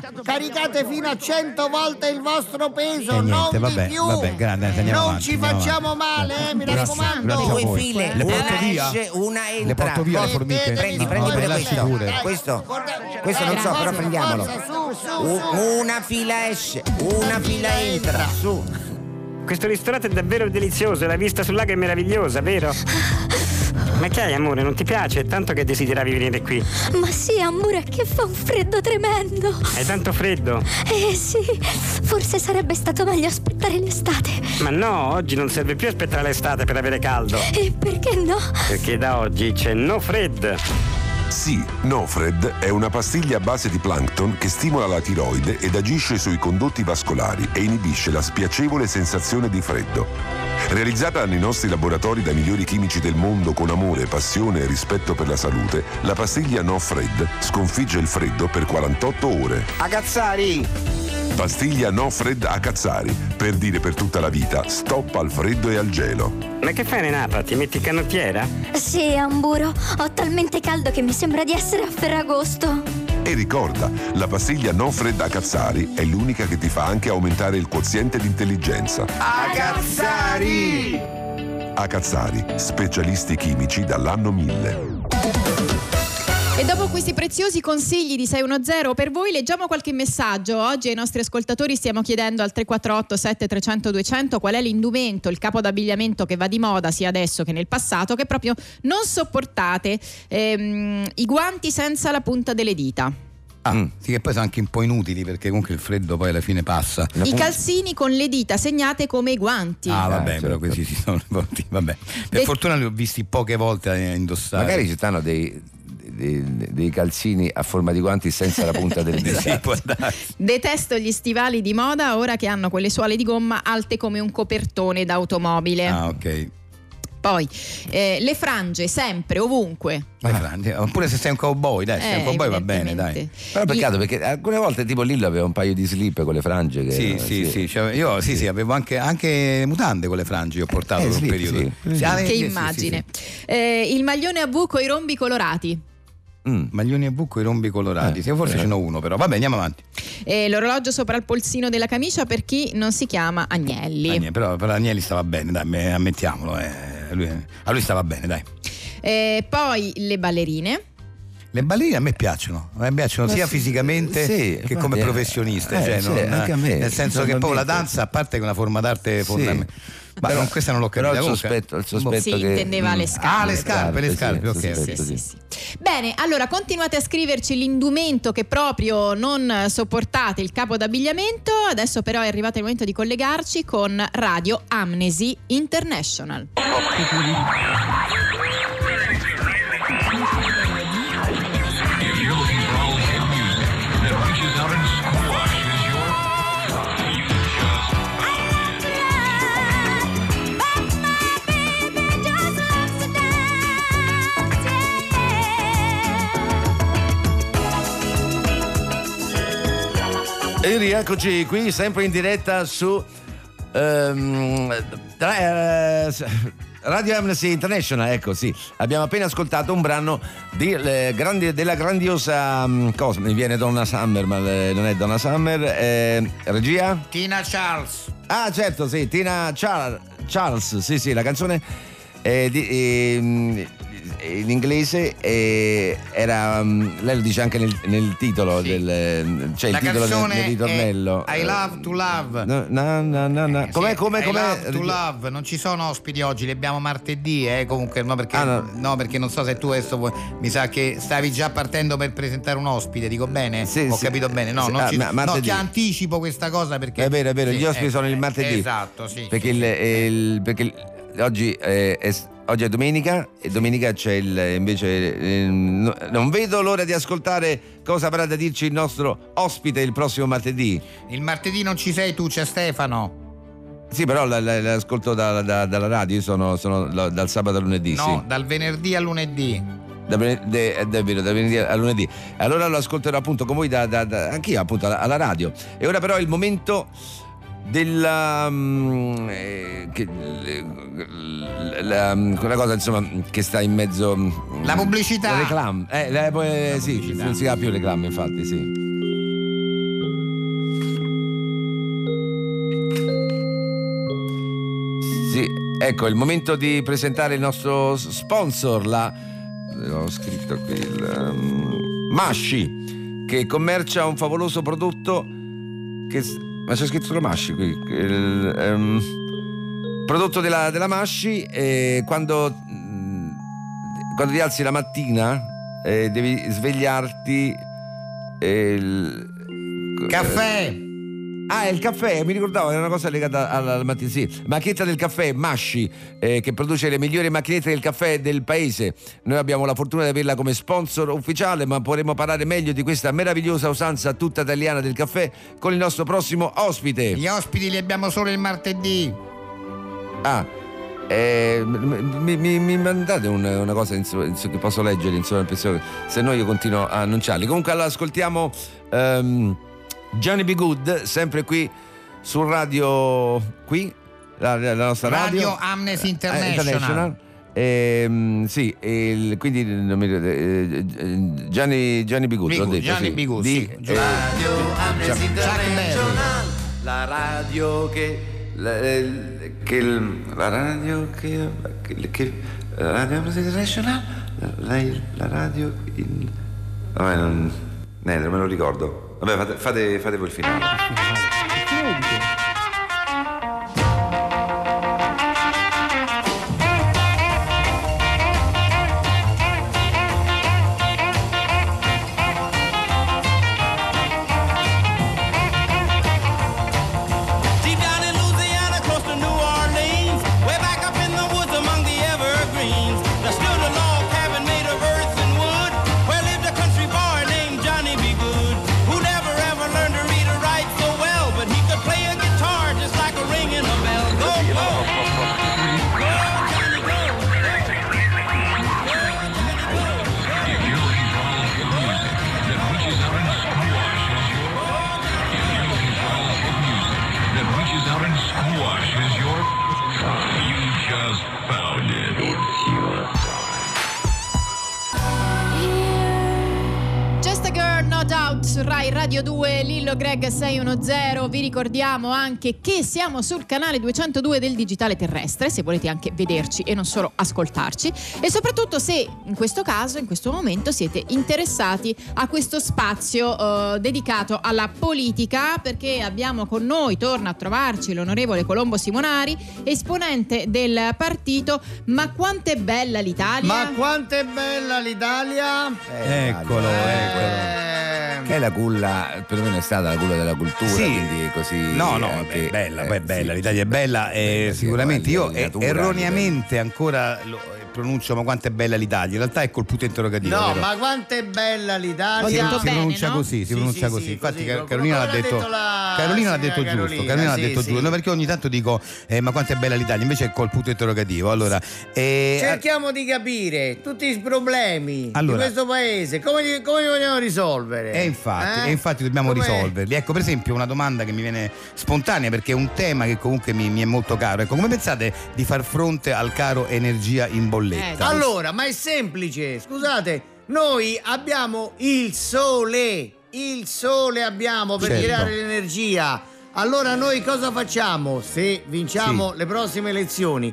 Speaker 12: forza, caricate fino a 100 volte il vostro peso,
Speaker 3: E
Speaker 12: non
Speaker 3: Eh, niente,
Speaker 12: di
Speaker 3: vabbè,
Speaker 12: più.
Speaker 3: vabbè, grande, eh, andiamo
Speaker 12: non
Speaker 3: avanti,
Speaker 12: ci
Speaker 3: andiamo
Speaker 12: facciamo
Speaker 3: avanti.
Speaker 12: male, eh, mi
Speaker 3: Grazie,
Speaker 12: raccomando.
Speaker 3: grazie a
Speaker 11: Due
Speaker 3: voi.
Speaker 11: file,
Speaker 3: Le porto
Speaker 11: una
Speaker 3: via?
Speaker 11: esce, una entra.
Speaker 3: Le porto via le
Speaker 11: Forza,
Speaker 3: formiche?
Speaker 11: Prendi,
Speaker 3: No,
Speaker 11: prendi
Speaker 3: vabbè,
Speaker 11: pure
Speaker 3: lasci
Speaker 11: questo.
Speaker 3: pure.
Speaker 11: Questo, questo non so,
Speaker 12: Forza,
Speaker 11: però prendiamolo.
Speaker 12: forza, su, su,
Speaker 3: Oh,
Speaker 11: U-
Speaker 12: su.
Speaker 11: una fila esce, una fila entra. Su.
Speaker 13: Questo ristorante è davvero delizioso, la vista sul lago è meravigliosa, vero? Ma che hai, amore? Non ti piace? È tanto che desideravi venire qui.
Speaker 8: Ma sì, amore, che fa un freddo tremendo.
Speaker 13: Hai tanto freddo.
Speaker 8: Eh sì, forse sarebbe stato meglio aspettare l'estate.
Speaker 13: Ma no, oggi non serve più aspettare l'estate per avere caldo.
Speaker 8: E perché no?
Speaker 13: Perché da oggi c'è no fred.
Speaker 14: Sì, Nofred è una pastiglia a base di plancton che stimola la tiroide ed agisce sui condotti vascolari e inibisce la spiacevole sensazione di freddo. Realizzata nei nostri laboratori dai migliori chimici del mondo con amore, passione e rispetto per la salute, la pastiglia Nofred sconfigge il freddo per 48 ore.
Speaker 13: Agazzari!
Speaker 14: Pastiglia Nofred a Cazzari, per dire per tutta la vita stop al freddo e al gelo.
Speaker 13: Ma che fai, Renata? Ti metti canottiera?
Speaker 8: Sì, Amburo, ho talmente caldo che mi sembra di essere a Ferragosto.
Speaker 14: E ricorda, la pastiglia non fredda a Cazzari è l'unica che ti fa anche aumentare il quoziente di intelligenza.
Speaker 13: Agazzari!
Speaker 14: A Cazzari, specialisti chimici dall'anno 1000.
Speaker 2: E dopo questi preziosi consigli di 610 per voi, leggiamo qualche messaggio. Oggi ai nostri ascoltatori stiamo chiedendo al 348 7300 200 qual è l'indumento, il capo d'abbigliamento che va di moda sia adesso che nel passato, che proprio non sopportate. Ehm, I guanti senza la punta delle dita.
Speaker 3: Ah, sì, che poi sono anche un po' inutili perché comunque il freddo poi alla fine passa.
Speaker 2: I calzini con le dita segnate come i guanti.
Speaker 3: Ah, vabbè, però questi si sono rivolti. Vabbè. Per
Speaker 2: De-
Speaker 3: fortuna li ho visti poche volte eh, indossare.
Speaker 4: Magari ci stanno dei, dei- dei calzini a forma di guanti senza la punta del dito.
Speaker 3: Sì, può darsi.
Speaker 2: Detesto gli stivali di moda ora che hanno quelle suole di gomma alte come un copertone d'automobile.
Speaker 3: Ah, ok.
Speaker 2: Poi eh, le frange sempre, ovunque.
Speaker 3: Vai, Fran, Oppure se sei un cowboy, dai, se sei
Speaker 2: Eh,
Speaker 3: un cowboy va bene, dai.
Speaker 4: Però peccato perché alcune volte tipo Lillo aveva un paio di slip con le frange. Che,
Speaker 3: Sì, sì, sì, cioè, io sì, sì, avevo anche, anche mutande con le frange, ho portato
Speaker 4: Eh,
Speaker 3: per
Speaker 4: sì,
Speaker 3: un periodo.
Speaker 4: sì.
Speaker 3: Sì, ah, eh,
Speaker 2: che
Speaker 3: sì, sì,
Speaker 2: immagine. Eh, il maglione a V con i rombi colorati.
Speaker 3: sì. Mm, Maglioni a buco e rombi colorati.
Speaker 4: Eh,
Speaker 3: Sì, forse ce n'ho uno, però. Vabbè, andiamo avanti.
Speaker 2: Eh, l'orologio sopra il polsino della camicia per chi non si chiama Agnelli.
Speaker 3: Agnelli, però, però Agnelli stava bene, dai, me- ammettiamolo. eh, lui- a lui stava bene, dai.
Speaker 2: Eh, poi le ballerine.
Speaker 3: Le ballerine a me piacciono, a me piacciono
Speaker 4: Ma
Speaker 3: sia
Speaker 4: sì,
Speaker 3: fisicamente
Speaker 4: sì,
Speaker 3: che
Speaker 4: ma
Speaker 3: come
Speaker 4: eh,
Speaker 3: professioniste,
Speaker 4: eh,
Speaker 3: cioè,
Speaker 4: sì,
Speaker 3: non-
Speaker 4: anche a me,
Speaker 3: nel senso che poi la
Speaker 4: normalmente.
Speaker 3: danza, a parte che è una forma d'arte
Speaker 4: Sì.
Speaker 3: fondamentale, ma
Speaker 4: Però-
Speaker 3: non- questa non l'ho
Speaker 4: però
Speaker 3: capita.
Speaker 4: il
Speaker 3: comunque- Boh,
Speaker 4: sospetto- il sospetto
Speaker 2: Sì,
Speaker 4: Aspetta che-
Speaker 2: intendeva le
Speaker 4: Mm.
Speaker 2: scarpe.
Speaker 3: Ah, le scarpe, le
Speaker 4: Sì,
Speaker 3: scarpe,
Speaker 4: sì,
Speaker 3: ok.
Speaker 4: sospetto
Speaker 3: ok.
Speaker 4: di-
Speaker 2: Bene, allora continuate a scriverci l'indumento che proprio non sopportate, il capo d'abbigliamento. Adesso però è arrivato il momento di collegarci con Radio Amnesy International.
Speaker 4: E rieccoci qui, sempre in diretta su ehm, tra- eh, Radio Amnesty International. Ecco, sì, abbiamo appena ascoltato un brano di- le grandi- della grandiosa mm, cosa. Mi viene Donna Summer, ma le- non è Donna Summer. eh, regia?
Speaker 12: Tina Charles.
Speaker 4: Ah, certo, sì, Tina Char- Charles, sì, sì, la canzone eh, di- ehm, in inglese eh, era. mm, Lei lo dice anche nel, nel titolo, del, cioè
Speaker 3: La
Speaker 4: il titolo del,
Speaker 3: canzone
Speaker 4: del
Speaker 3: è
Speaker 4: ritornello.
Speaker 3: I
Speaker 4: Eh,
Speaker 3: Love to Love. Eh,
Speaker 4: No, no, no, no, no. Com'è,
Speaker 3: Sì,
Speaker 4: com'è,
Speaker 3: I
Speaker 4: com'è?
Speaker 3: Love to Love, non ci sono ospiti oggi, li abbiamo martedì, eh, comunque no perché,
Speaker 4: Ah,
Speaker 3: no.
Speaker 4: no.
Speaker 3: perché non so se tu adesso vuoi- mi sa che stavi già partendo per presentare un ospite, dico bene?
Speaker 4: Sì,
Speaker 3: Ho
Speaker 4: sì.
Speaker 3: capito bene, no,
Speaker 4: Sì,
Speaker 3: non
Speaker 4: ah,
Speaker 3: ci-
Speaker 4: ma-
Speaker 3: no,
Speaker 4: martedì.
Speaker 3: ti anticipo questa cosa perché...
Speaker 4: È vero, è vero,
Speaker 3: Sì,
Speaker 4: gli ospiti
Speaker 3: eh,
Speaker 4: sono il
Speaker 3: eh,
Speaker 4: martedì.
Speaker 3: Esatto, sì.
Speaker 4: Perché, il- eh, il- perché il- oggi, eh, è, oggi è domenica e domenica c'è il invece eh, no- non vedo l'ora di ascoltare cosa avrà da dirci il nostro ospite il prossimo martedì.
Speaker 3: Il martedì non ci sei tu, c'è Stefano.
Speaker 4: Sì, però la- la- l'ascolto da- da- dalla radio, io sono, sono la- dal sabato al lunedì,
Speaker 12: No,
Speaker 4: sì.
Speaker 12: dal venerdì al lunedì.
Speaker 4: Da, ven- de- eh, davvero, da venerdì a lunedì. Allora lo ascolterò appunto con voi da, da, da- anch'io appunto alla, alla radio. E ora però è il momento della mm, eh, che- l- l- la- mm, quella cosa insomma mm, che sta in mezzo mm,
Speaker 12: La pubblicità.
Speaker 4: la reclam eh, la- eh, sì non si ha più reclam infatti sì sì ecco è il momento di presentare il nostro s- sponsor la l'ho scritto qui il, mm, Mashi che commercia un favoloso prodotto che s- ma c'è scritto solo Mashi qui il, ehm, prodotto della, della Masci eh, quando, mm, quando ti alzi la mattina eh, devi svegliarti eh, il-
Speaker 12: Caffè!
Speaker 4: Ah, è il caffè, mi ricordavo, era una cosa legata alla, alla mattina. Sì, macchinetta del caffè Masci, eh, che produce le migliori macchinette del caffè del paese. Noi abbiamo la fortuna di averla come sponsor ufficiale, ma potremo parlare meglio di questa meravigliosa usanza tutta italiana del caffè con il nostro prossimo ospite.
Speaker 12: Gli ospiti li abbiamo solo il martedì.
Speaker 4: Ah, eh, mi, mi- mi mandate un- una cosa in su- in su- che posso leggere, insomma, penso che- se no io continuo a annunciarli. Comunque, allora ascoltiamo ehm, Johnny B. Good, sempre qui su Radio, qui, la, la nostra radio.
Speaker 12: Radio Amnesty
Speaker 4: Eh,
Speaker 12: International.
Speaker 4: International. Ehm, sì, e il- quindi non mi ricordo, eh, eh, Gianni, Gianni Bigut,
Speaker 12: Bigut,
Speaker 4: l'ho detto,
Speaker 12: Gianni
Speaker 4: sì,
Speaker 12: Bigut,
Speaker 4: di-
Speaker 12: sì, giusto.
Speaker 4: Gianni-
Speaker 15: La radio che. La, eh, che il- la radio che. che, che la radio Amnesty International? La, la- la radio. in- Vabbè, non. eh, non me lo ricordo. Vabbè, fate, fate, fate voi il finale.
Speaker 7: Deep down in Louisiana, close to New Orleans, way back up in the woods among the evergreens, there stood a log cabin made of earth and wood, where lived a country boy named Johnny B. Good, who never ever learned to read or write so well, but he could play a guitar just like a ringing a bell. Go, go! Go, Johnny, go!
Speaker 16: that reaches out and squashes your you just found it.
Speaker 2: Just a Girl No Doubt su Rai Radio 2, Lillo Greg 610. Vi ricordiamo anche che siamo sul canale 202 del Digitale Terrestre, se volete anche vederci e non solo ascoltarci. E soprattutto se in questo caso, in questo momento, siete interessati a questo spazio eh, dedicato alla politica, perché abbiamo con noi, torna a trovarci l'onorevole Colombo Simonari, esponente del partito Ma quanto è bella l'Italia!
Speaker 11: Ma quanto è bella l'Italia! Eh,
Speaker 4: Eccolo, eccolo. Che è la culla, perlomeno è stata la culla della cultura,
Speaker 3: Sì.
Speaker 4: quindi è così.
Speaker 3: No, no,
Speaker 4: anche-
Speaker 3: è bella,
Speaker 4: eh,
Speaker 3: poi è bella,
Speaker 4: sì.
Speaker 3: l'Italia è bella, eh,
Speaker 4: Bella, sì,
Speaker 3: sicuramente.
Speaker 4: la
Speaker 3: Io
Speaker 4: voglia di
Speaker 3: eh,
Speaker 4: natura,
Speaker 3: erroneamente ancora lo- eh, pronuncio ma quanto è bella l'Italia, in realtà è col punto interrogativo.
Speaker 11: No,
Speaker 3: vero?
Speaker 11: ma quanto è bella l'Italia!
Speaker 3: si, si pronuncia così, si pronuncia così. Infatti, Car- Carolina l'ha detto, Carolina l'ha detto
Speaker 11: signora
Speaker 3: giusto.
Speaker 11: Carolina,
Speaker 3: Carolina l'ha
Speaker 11: sì,
Speaker 3: detto
Speaker 11: sì.
Speaker 3: giusto. No, perché ogni tanto dico, eh, ma quanto è bella l'Italia? Invece è col punto interrogativo. Allora, eh,
Speaker 11: Cerchiamo di capire tutti i problemi
Speaker 3: Allora.
Speaker 11: di questo paese, come li, come li vogliamo risolvere?
Speaker 3: E infatti,
Speaker 11: Eh?
Speaker 3: e infatti dobbiamo
Speaker 11: Com'è?
Speaker 3: risolverli. Ecco, per esempio, una domanda che mi viene spontanea perché è un tema che comunque mi, mi è molto caro. Ecco, come pensate di far fronte al caro energia in bolletta?
Speaker 11: Eh, Allora, ma è semplice, scusate, noi abbiamo il sole, il sole abbiamo per
Speaker 3: Certo.
Speaker 11: tirare l'energia. Allora noi cosa facciamo se vinciamo le prossime elezioni?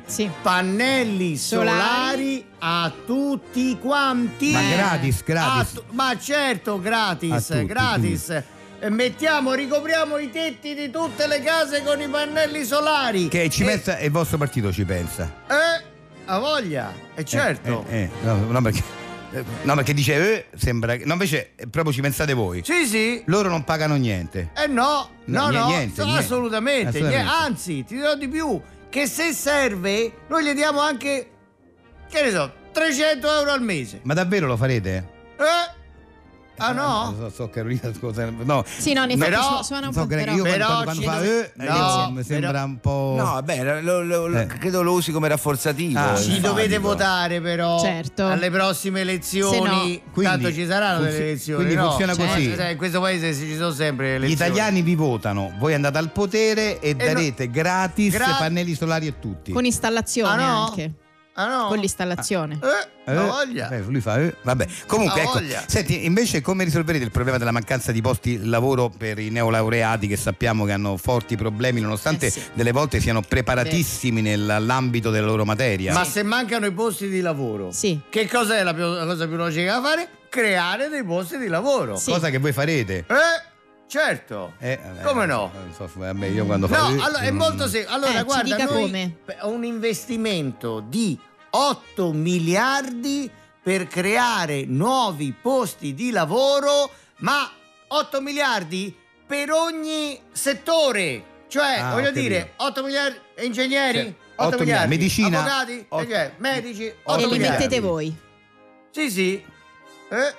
Speaker 11: Pannelli solari,
Speaker 2: Solari.
Speaker 11: a tutti quanti.
Speaker 3: Ma gratis, gratis.
Speaker 11: A tu- ma certo, gratis,
Speaker 3: A tutti,
Speaker 11: gratis. E Mettiamo, ricopriamo i tetti di tutte le case con i pannelli solari.
Speaker 3: Che ci pensa, e il vostro partito ci pensa.
Speaker 11: Eh, ha voglia, è certo.
Speaker 3: Eh, eh, no, no, perché. eh, No, perché dice, eh, sembra che. No, invece eh, proprio ci pensate voi.
Speaker 11: Sì, sì.
Speaker 3: Loro non pagano niente.
Speaker 11: Eh no,
Speaker 3: No,
Speaker 11: no,
Speaker 3: ni-
Speaker 11: no,
Speaker 3: niente,
Speaker 11: so-
Speaker 3: niente.
Speaker 11: assolutamente.
Speaker 3: Assolutamente.
Speaker 11: niente. Anzi, ti dirò di più, che se serve, noi gli diamo anche, che ne so, 300 euro al mese.
Speaker 3: Ma davvero lo farete?
Speaker 11: Eh? Ah, no?
Speaker 3: So, so Carolina, scusa. No.
Speaker 2: Sì, no, in effetti su- suona un
Speaker 3: so
Speaker 2: po',
Speaker 3: che
Speaker 2: però-
Speaker 3: Io
Speaker 2: Però
Speaker 3: quando, quando
Speaker 2: ci
Speaker 3: fa
Speaker 2: dove-
Speaker 3: eh, io-
Speaker 11: No,
Speaker 3: mi sembra
Speaker 11: però-
Speaker 3: un po'.
Speaker 4: No, vabbè, lo- lo- lo- credo lo usi come rafforzativo.
Speaker 3: Ah,
Speaker 4: il
Speaker 11: ci
Speaker 4: fanico.
Speaker 11: dovete votare però
Speaker 2: Certo.
Speaker 11: alle prossime elezioni
Speaker 2: Se
Speaker 11: tanto
Speaker 3: Quindi
Speaker 11: ci saranno delle
Speaker 3: funzi-
Speaker 11: elezioni
Speaker 3: quindi
Speaker 11: no?
Speaker 3: funziona così.
Speaker 11: Eh, sai, in questo paese ci sono sempre le
Speaker 3: Gli
Speaker 11: elezioni
Speaker 3: italiani vi votano, voi andate al potere e,
Speaker 11: Eh, no-
Speaker 3: darete gratis
Speaker 11: Gra-
Speaker 3: pannelli solari a tutti.
Speaker 2: Con installazione
Speaker 11: Ah, no?
Speaker 2: anche.
Speaker 11: Ah, no?
Speaker 2: Con l'installazione.
Speaker 11: eh, la voglia
Speaker 3: eh, lui fa, eh, vabbè. Comunque,
Speaker 11: La
Speaker 3: ecco,
Speaker 11: voglia.
Speaker 3: senti, invece come risolverete il problema della mancanza di posti di lavoro per i neolaureati che sappiamo che hanno forti problemi, nonostante
Speaker 11: Eh sì.
Speaker 3: delle volte siano preparatissimi nell'ambito della loro materia?
Speaker 11: ma se mancano i posti di lavoro che cosa è la, più- la cosa più logica da fare? creare dei posti di lavoro
Speaker 3: Cosa che voi farete?
Speaker 11: eh certo Come no?
Speaker 3: Eh, non so, vabbè, io quando
Speaker 11: no,
Speaker 3: faccio-
Speaker 11: allora è
Speaker 3: Mm.
Speaker 11: molto semplice.
Speaker 2: Eh,
Speaker 11: Allora,
Speaker 2: ci
Speaker 11: guarda,
Speaker 2: dica
Speaker 11: noi
Speaker 2: come.
Speaker 11: pe- un investimento di 8 miliardi per creare nuovi posti di lavoro, ma 8 miliardi per ogni settore. Cioè,
Speaker 3: Ah, ho
Speaker 11: voglio
Speaker 3: capito.
Speaker 11: dire, 8 miliardi ingegneri,
Speaker 3: Cioè,
Speaker 11: 8,
Speaker 3: otto miliardi.
Speaker 11: miliardi,
Speaker 3: Medicina,
Speaker 11: avvocati,
Speaker 3: otto-
Speaker 11: cioè, medici, 8
Speaker 2: E li
Speaker 11: miliardi.
Speaker 2: mettete voi.
Speaker 11: Sì, sì. Eh,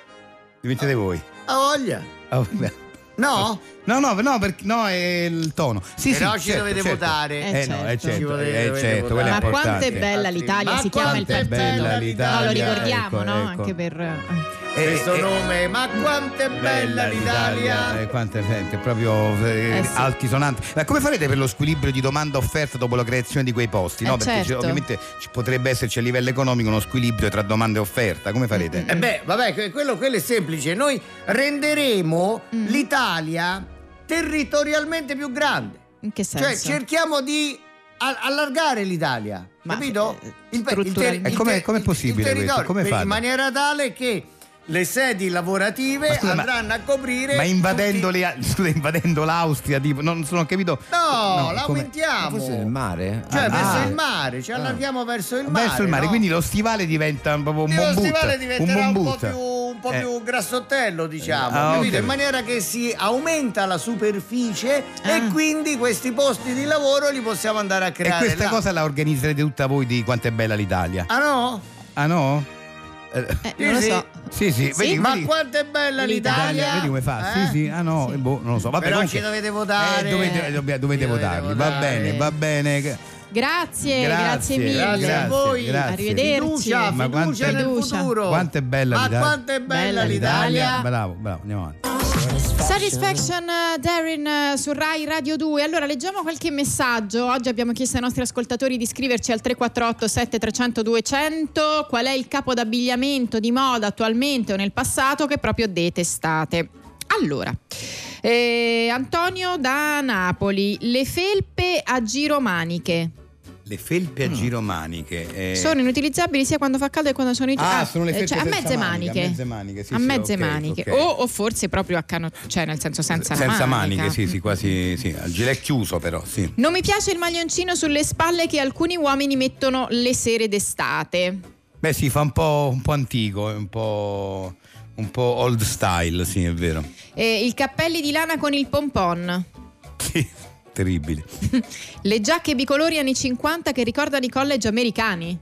Speaker 3: Diventate voi.
Speaker 11: ha voglia.
Speaker 3: Ah, vabbè.
Speaker 11: No?
Speaker 3: No, no, no, perché- no, è il tono. Sì,
Speaker 11: Però
Speaker 3: sì,
Speaker 11: ci
Speaker 3: certo,
Speaker 11: dovete
Speaker 3: certo.
Speaker 11: votare.
Speaker 3: Eh,
Speaker 11: Eh,
Speaker 3: no, è
Speaker 11: certo. Ci
Speaker 3: certo,
Speaker 11: volete-
Speaker 3: è
Speaker 11: dovete
Speaker 3: certo,
Speaker 11: votare.
Speaker 3: quello è
Speaker 2: Ma
Speaker 3: importante.
Speaker 2: quanto è bella l'Italia,
Speaker 11: Ma
Speaker 2: si chiama il
Speaker 11: quanto è
Speaker 2: partito.
Speaker 11: bella
Speaker 2: No,
Speaker 3: l'Italia,
Speaker 2: lo ricordiamo,
Speaker 3: ecco,
Speaker 2: no?
Speaker 3: ecco.
Speaker 2: Anche per.
Speaker 3: Eh,
Speaker 11: Questo
Speaker 3: eh,
Speaker 11: nome, ma quanto è bella, l'Italia.
Speaker 3: Eh, quanto è, è proprio eh,
Speaker 11: Eh, sì.
Speaker 3: altisonante. Ma come farete per lo squilibrio di domanda-offerta dopo la creazione di quei posti? No,
Speaker 11: Eh,
Speaker 3: perché c'è-
Speaker 11: certo.
Speaker 3: ovviamente ci potrebbe esserci a livello economico uno squilibrio tra domanda e offerta. Come farete?
Speaker 11: Eh beh, vabbè, que- quello, quello è semplice. Noi renderemo l'Italia territorialmente più grande.
Speaker 2: In che
Speaker 11: Cioè,
Speaker 2: senso?
Speaker 11: cerchiamo di a- allargare l'Italia, capito?
Speaker 3: eh,
Speaker 11: Il, pe- il ter-
Speaker 3: E
Speaker 11: il
Speaker 3: com'è,
Speaker 11: ter-
Speaker 3: com'è
Speaker 11: il
Speaker 3: possibile questo?
Speaker 11: territorio,
Speaker 3: Come
Speaker 11: per-
Speaker 3: fate?
Speaker 11: in maniera tale che le sedi lavorative
Speaker 3: Ma scusa, ma-
Speaker 11: andranno a coprire
Speaker 3: Ma invadendo, le- scusa, invadendo l'Austria, tipo, non, non ho capito.
Speaker 11: No,
Speaker 3: come-
Speaker 11: l'aumentiamo.
Speaker 4: Forse nel mare?
Speaker 11: Cioè,
Speaker 3: Ah,
Speaker 11: verso
Speaker 3: ah.
Speaker 11: il mare, ci allarghiamo verso il mare.
Speaker 3: verso il mare,
Speaker 11: no?
Speaker 3: quindi lo stivale diventa proprio un
Speaker 11: lo
Speaker 3: buon boot,
Speaker 11: stivale diventerà
Speaker 3: buon
Speaker 11: un, po'
Speaker 3: boot.
Speaker 11: più, un po'
Speaker 3: Eh.
Speaker 11: più grassottello, diciamo,
Speaker 3: Ah,
Speaker 11: capito?
Speaker 3: ok.
Speaker 11: in maniera che si aumenta la superficie e quindi questi posti di lavoro li possiamo andare a
Speaker 3: Ah. E
Speaker 11: creare.
Speaker 3: questa
Speaker 11: là.
Speaker 3: cosa la organizzerete tutta voi di quanto è bella l'Italia.
Speaker 11: Ah no?
Speaker 3: Ah no? Eh,
Speaker 11: non lo Sì, so.
Speaker 3: Sì, sì, vedi,
Speaker 11: ma
Speaker 3: vedi-
Speaker 11: quanto è bella l'Italia!
Speaker 3: Vedi come fa?
Speaker 11: eh?
Speaker 3: Sì, sì, ah no, eh, boh, non lo so. Vabbè,
Speaker 11: Però
Speaker 3: comunque-
Speaker 11: ci dovete votare.
Speaker 3: Eh, dovete, eh, dobbia- dovete votarli, va bene, va bene.
Speaker 2: Grazie, grazie,
Speaker 3: Grazie,
Speaker 2: mille.
Speaker 3: grazie a voi. Grazie.
Speaker 2: Arrivederci.
Speaker 3: Fiducia, Ma fiducia quanto è- nel
Speaker 11: futuro.
Speaker 3: Quanto è bella
Speaker 11: Ma
Speaker 3: l'Italia.
Speaker 11: quanto è bella l'Italia.
Speaker 3: Bravo, bravo, andiamo avanti.
Speaker 2: Satisfaction eh, Darren eh, su Rai Radio 2. Allora, leggiamo qualche messaggio. Oggi abbiamo chiesto ai nostri ascoltatori di scriverci al 348 7300 200 qual è il capo d'abbigliamento di moda attualmente o nel passato che proprio detestate. Allora, eh, Antonio da Napoli, le felpe a giro maniche
Speaker 3: Le felpe a giromaniche. eh.
Speaker 2: sono inutilizzabili sia quando fa caldo che quando sono in
Speaker 3: Ah, sono le
Speaker 2: eh,
Speaker 3: felpe
Speaker 2: cioè, a
Speaker 3: senza
Speaker 2: mezze
Speaker 3: maniche,
Speaker 2: maniche.
Speaker 3: a mezze maniche, sì,
Speaker 2: A
Speaker 3: sì,
Speaker 2: mezze
Speaker 3: ok,
Speaker 2: maniche.
Speaker 3: ok.
Speaker 2: O, o forse proprio a cano, cioè nel senso senza, la
Speaker 3: Senza
Speaker 2: manica.
Speaker 3: maniche, sì, sì, quasi sì, al gilet chiuso però, sì.
Speaker 2: Non mi piace il maglioncino sulle spalle che alcuni uomini mettono le sere d'estate.
Speaker 3: Beh, si fa un po', un po' antico, è un po', un po' old style, sì, è vero.
Speaker 2: Eh, I cappelli di lana con il pompon.
Speaker 3: Terribile.
Speaker 2: Le giacche bicolori anni 50 che ricordano i college americani.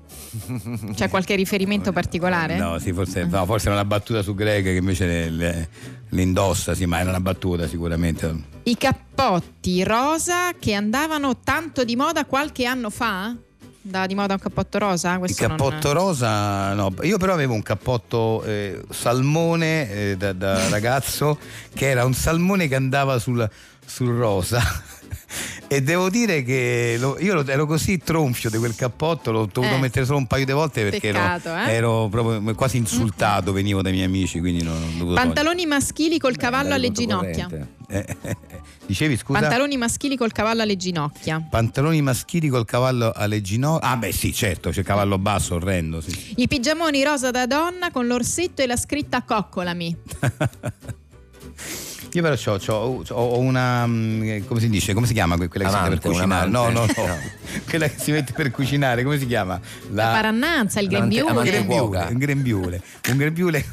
Speaker 2: C'è qualche riferimento particolare?
Speaker 3: No, sì, forse, no, forse era una battuta su Greg che invece le, le- le indossa, sì, ma era una battuta sicuramente.
Speaker 2: I cappotti rosa che andavano tanto di moda qualche anno fa? Andava di moda un cappotto rosa?
Speaker 3: Il
Speaker 2: Questo non-
Speaker 3: cappotto rosa, no, io però avevo un cappotto eh, salmone eh, da, da ragazzo che era un salmone che andava sul, sul rosa. E devo dire che lo- io lo- ero così tronfio di quel cappotto, l'ho dovuto
Speaker 2: Eh.
Speaker 3: mettere solo un paio di volte perché ero-
Speaker 2: Peccato, eh? Mm.
Speaker 3: ero, proprio quasi insultato, venivo dai miei amici, quindi non ho dovuto togliere.
Speaker 2: Pantaloni maschili col cavallo alle ginocchia.
Speaker 3: Eh, eh, eh. Dicevi scusa?
Speaker 2: Pantaloni maschili col cavallo alle ginocchia.
Speaker 3: Pantaloni maschili col cavallo alle ginocchia. Ah, beh, sì, certo, c'è cavallo basso, orrendo. Sì.
Speaker 2: I pigiamoni rosa da donna con l'orsetto e la scritta coccolami.
Speaker 3: Io però c'ho, c'ho- c'ho- ho una. mm, eh, come si dice? Come si chiama que- quella che si mette
Speaker 4: Amante,
Speaker 3: per cucinare?
Speaker 4: un
Speaker 3: No, no,
Speaker 4: amante.
Speaker 3: no. quella che si mette per cucinare, come si chiama?
Speaker 2: La parannanza, il grembiule.
Speaker 3: Un grembiule, un grembiule. Un grembiule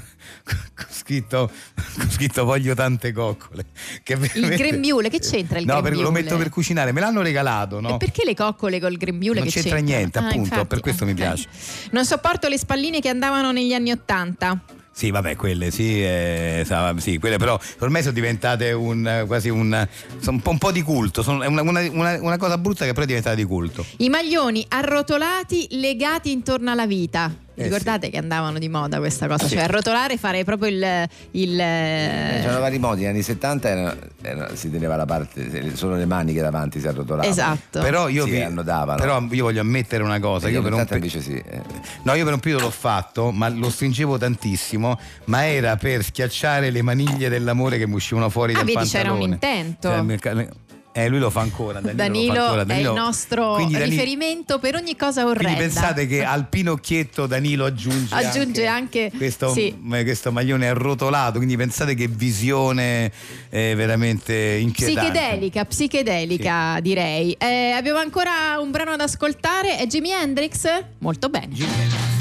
Speaker 3: con scritto, con scritto voglio tante coccole. Che
Speaker 2: Il
Speaker 3: veramente-
Speaker 2: grembiule, che c'entra il
Speaker 3: No, per-
Speaker 2: grembiule?
Speaker 3: lo metto per cucinare, me l'hanno regalato, no?
Speaker 2: E perché le coccole col grembiule
Speaker 3: non
Speaker 2: che
Speaker 3: c'entra
Speaker 2: c'entra?
Speaker 3: niente,
Speaker 2: Ah,
Speaker 3: appunto,
Speaker 2: infatti.
Speaker 3: per questo mi piace.
Speaker 2: Non sopporto le spalline che andavano negli anni Ottanta.
Speaker 3: Sì, vabbè, quelle sì, eh, sa- sì, quelle però ormai sono diventate un, eh, quasi un, sono un po', un po' di culto, sono, è una, una- una- una cosa brutta che però è diventata di culto.
Speaker 2: I maglioni arrotolati legati intorno alla vita.
Speaker 3: Eh,
Speaker 2: Ricordate che andavano di moda questa cosa,
Speaker 10: Sì.
Speaker 2: cioè arrotolare, fare proprio il. il eh,
Speaker 10: C'erano vari modi, negli anni 70 erano- erano- si teneva la parte, solo le maniche davanti si arrotolavano.
Speaker 2: Esatto.
Speaker 3: Però io,
Speaker 10: si
Speaker 17: eh,
Speaker 3: vi-
Speaker 10: annodavano.
Speaker 3: però io voglio ammettere una cosa.
Speaker 10: Negli
Speaker 3: eh, Io per, un,
Speaker 10: anni 80
Speaker 3: pe-
Speaker 10: invece sì. eh.
Speaker 3: no, io per un periodo l'ho fatto, ma lo stringevo tantissimo, ma era per schiacciare le maniglie dell'amore che mi uscivano fuori
Speaker 2: ah,
Speaker 3: dal
Speaker 2: vedi, c'era un
Speaker 3: pantalone.
Speaker 2: intento.
Speaker 3: Cioè, mi- eh, lui lo fa ancora. Danilo,
Speaker 2: Danilo,
Speaker 3: lo fa ancora.
Speaker 2: è il
Speaker 3: Danilo-
Speaker 2: nostro
Speaker 3: Quindi Danilo-
Speaker 2: riferimento per ogni cosa
Speaker 3: Quindi
Speaker 2: orrenda.
Speaker 3: pensate che al pinocchietto Danilo aggiunge,
Speaker 2: aggiunge anche,
Speaker 3: anche questo,
Speaker 2: sì.
Speaker 3: m- questo maglione arrotolato. Quindi pensate che visione eh, veramente inquietante.
Speaker 2: Psichedelica, psichedelica direi. Eh, abbiamo ancora un brano da ascoltare, è Jimi Hendrix? Molto bene.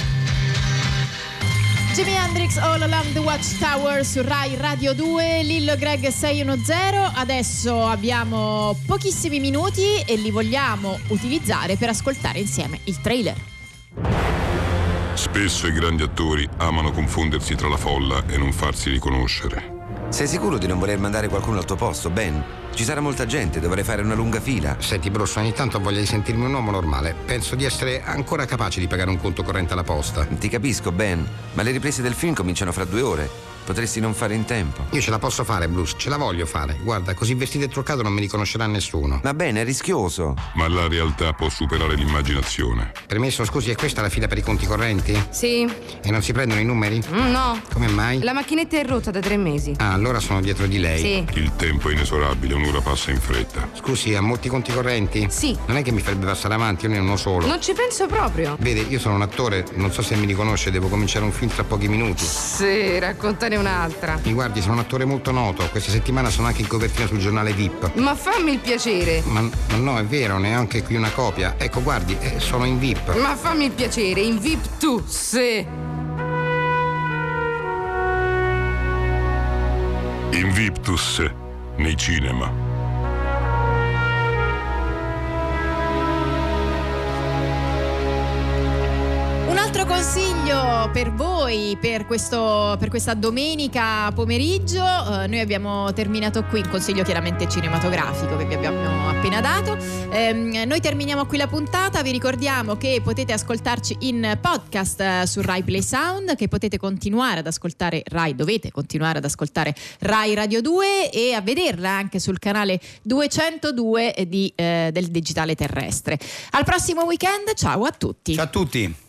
Speaker 2: Jimi Hendrix All Along the Watchtower su Rai Radio 2, Lillo Greg 610. Adesso abbiamo pochissimi minuti e li vogliamo utilizzare per ascoltare insieme il trailer.
Speaker 18: Spesso i grandi attori amano confondersi tra la folla e non farsi riconoscere.
Speaker 17: Sei sicuro di non voler mandare qualcuno al tuo posto, Ben? Ci sarà molta gente, dovrei fare una lunga fila.
Speaker 12: Senti, Bruce, ogni tanto ho voglia di sentirmi un uomo normale. Penso di essere ancora capace di pagare un conto corrente alla posta.
Speaker 17: Ti capisco, Ben, ma le riprese del film cominciano fra due ore. Potresti non fare in tempo.
Speaker 12: Io ce la posso fare, Bruce, ce la voglio fare. Guarda, così vestito e truccato non mi riconoscerà nessuno.
Speaker 17: Va bene, è rischioso.
Speaker 18: Ma la realtà può superare l'immaginazione.
Speaker 12: Permesso, scusi, è questa la fila per i conti correnti?
Speaker 19: Sì,
Speaker 12: E non si prendono i numeri?
Speaker 19: Mm, no.
Speaker 12: Come mai?
Speaker 19: La macchinetta è rotta da tre mesi.
Speaker 12: Ah, allora sono dietro di lei.
Speaker 19: Sì.
Speaker 18: Il tempo è inesorabile, un'ora passa in fretta.
Speaker 12: Scusi, ha molti conti correnti?
Speaker 19: Sì.
Speaker 12: Non è che mi farebbe passare avanti, io ne ho uno solo.
Speaker 19: Non ci penso proprio.
Speaker 12: Vede, io sono un attore, non so se mi riconosce, devo cominciare un film tra pochi minuti.
Speaker 19: Sì, raccontane un'altra.
Speaker 12: Mi guardi, sono un attore molto noto. Questa settimana sono anche in copertina sul giornale VIP.
Speaker 19: Ma fammi il piacere.
Speaker 12: Ma, ma no, è vero, ne ho anche qui una copia. Ecco, guardi, eh, sono in VIP.
Speaker 19: Ma fammi il piacere, in VIP tu, sì.
Speaker 18: Invictus nei cinema.
Speaker 2: Un altro consiglio per voi per, questo- per questa domenica pomeriggio, eh, noi abbiamo terminato qui, un consiglio chiaramente cinematografico che vi abbiamo appena dato, Ehm, noi terminiamo qui la puntata, vi ricordiamo che potete ascoltarci in podcast eh, su Rai Play Sound, che potete continuare ad ascoltare Rai, dovete continuare ad ascoltare Rai Radio 2 e a vederla anche sul canale 202 di, eh, del digitale terrestre. Al prossimo weekend, ciao a tutti.
Speaker 3: Ciao a tutti.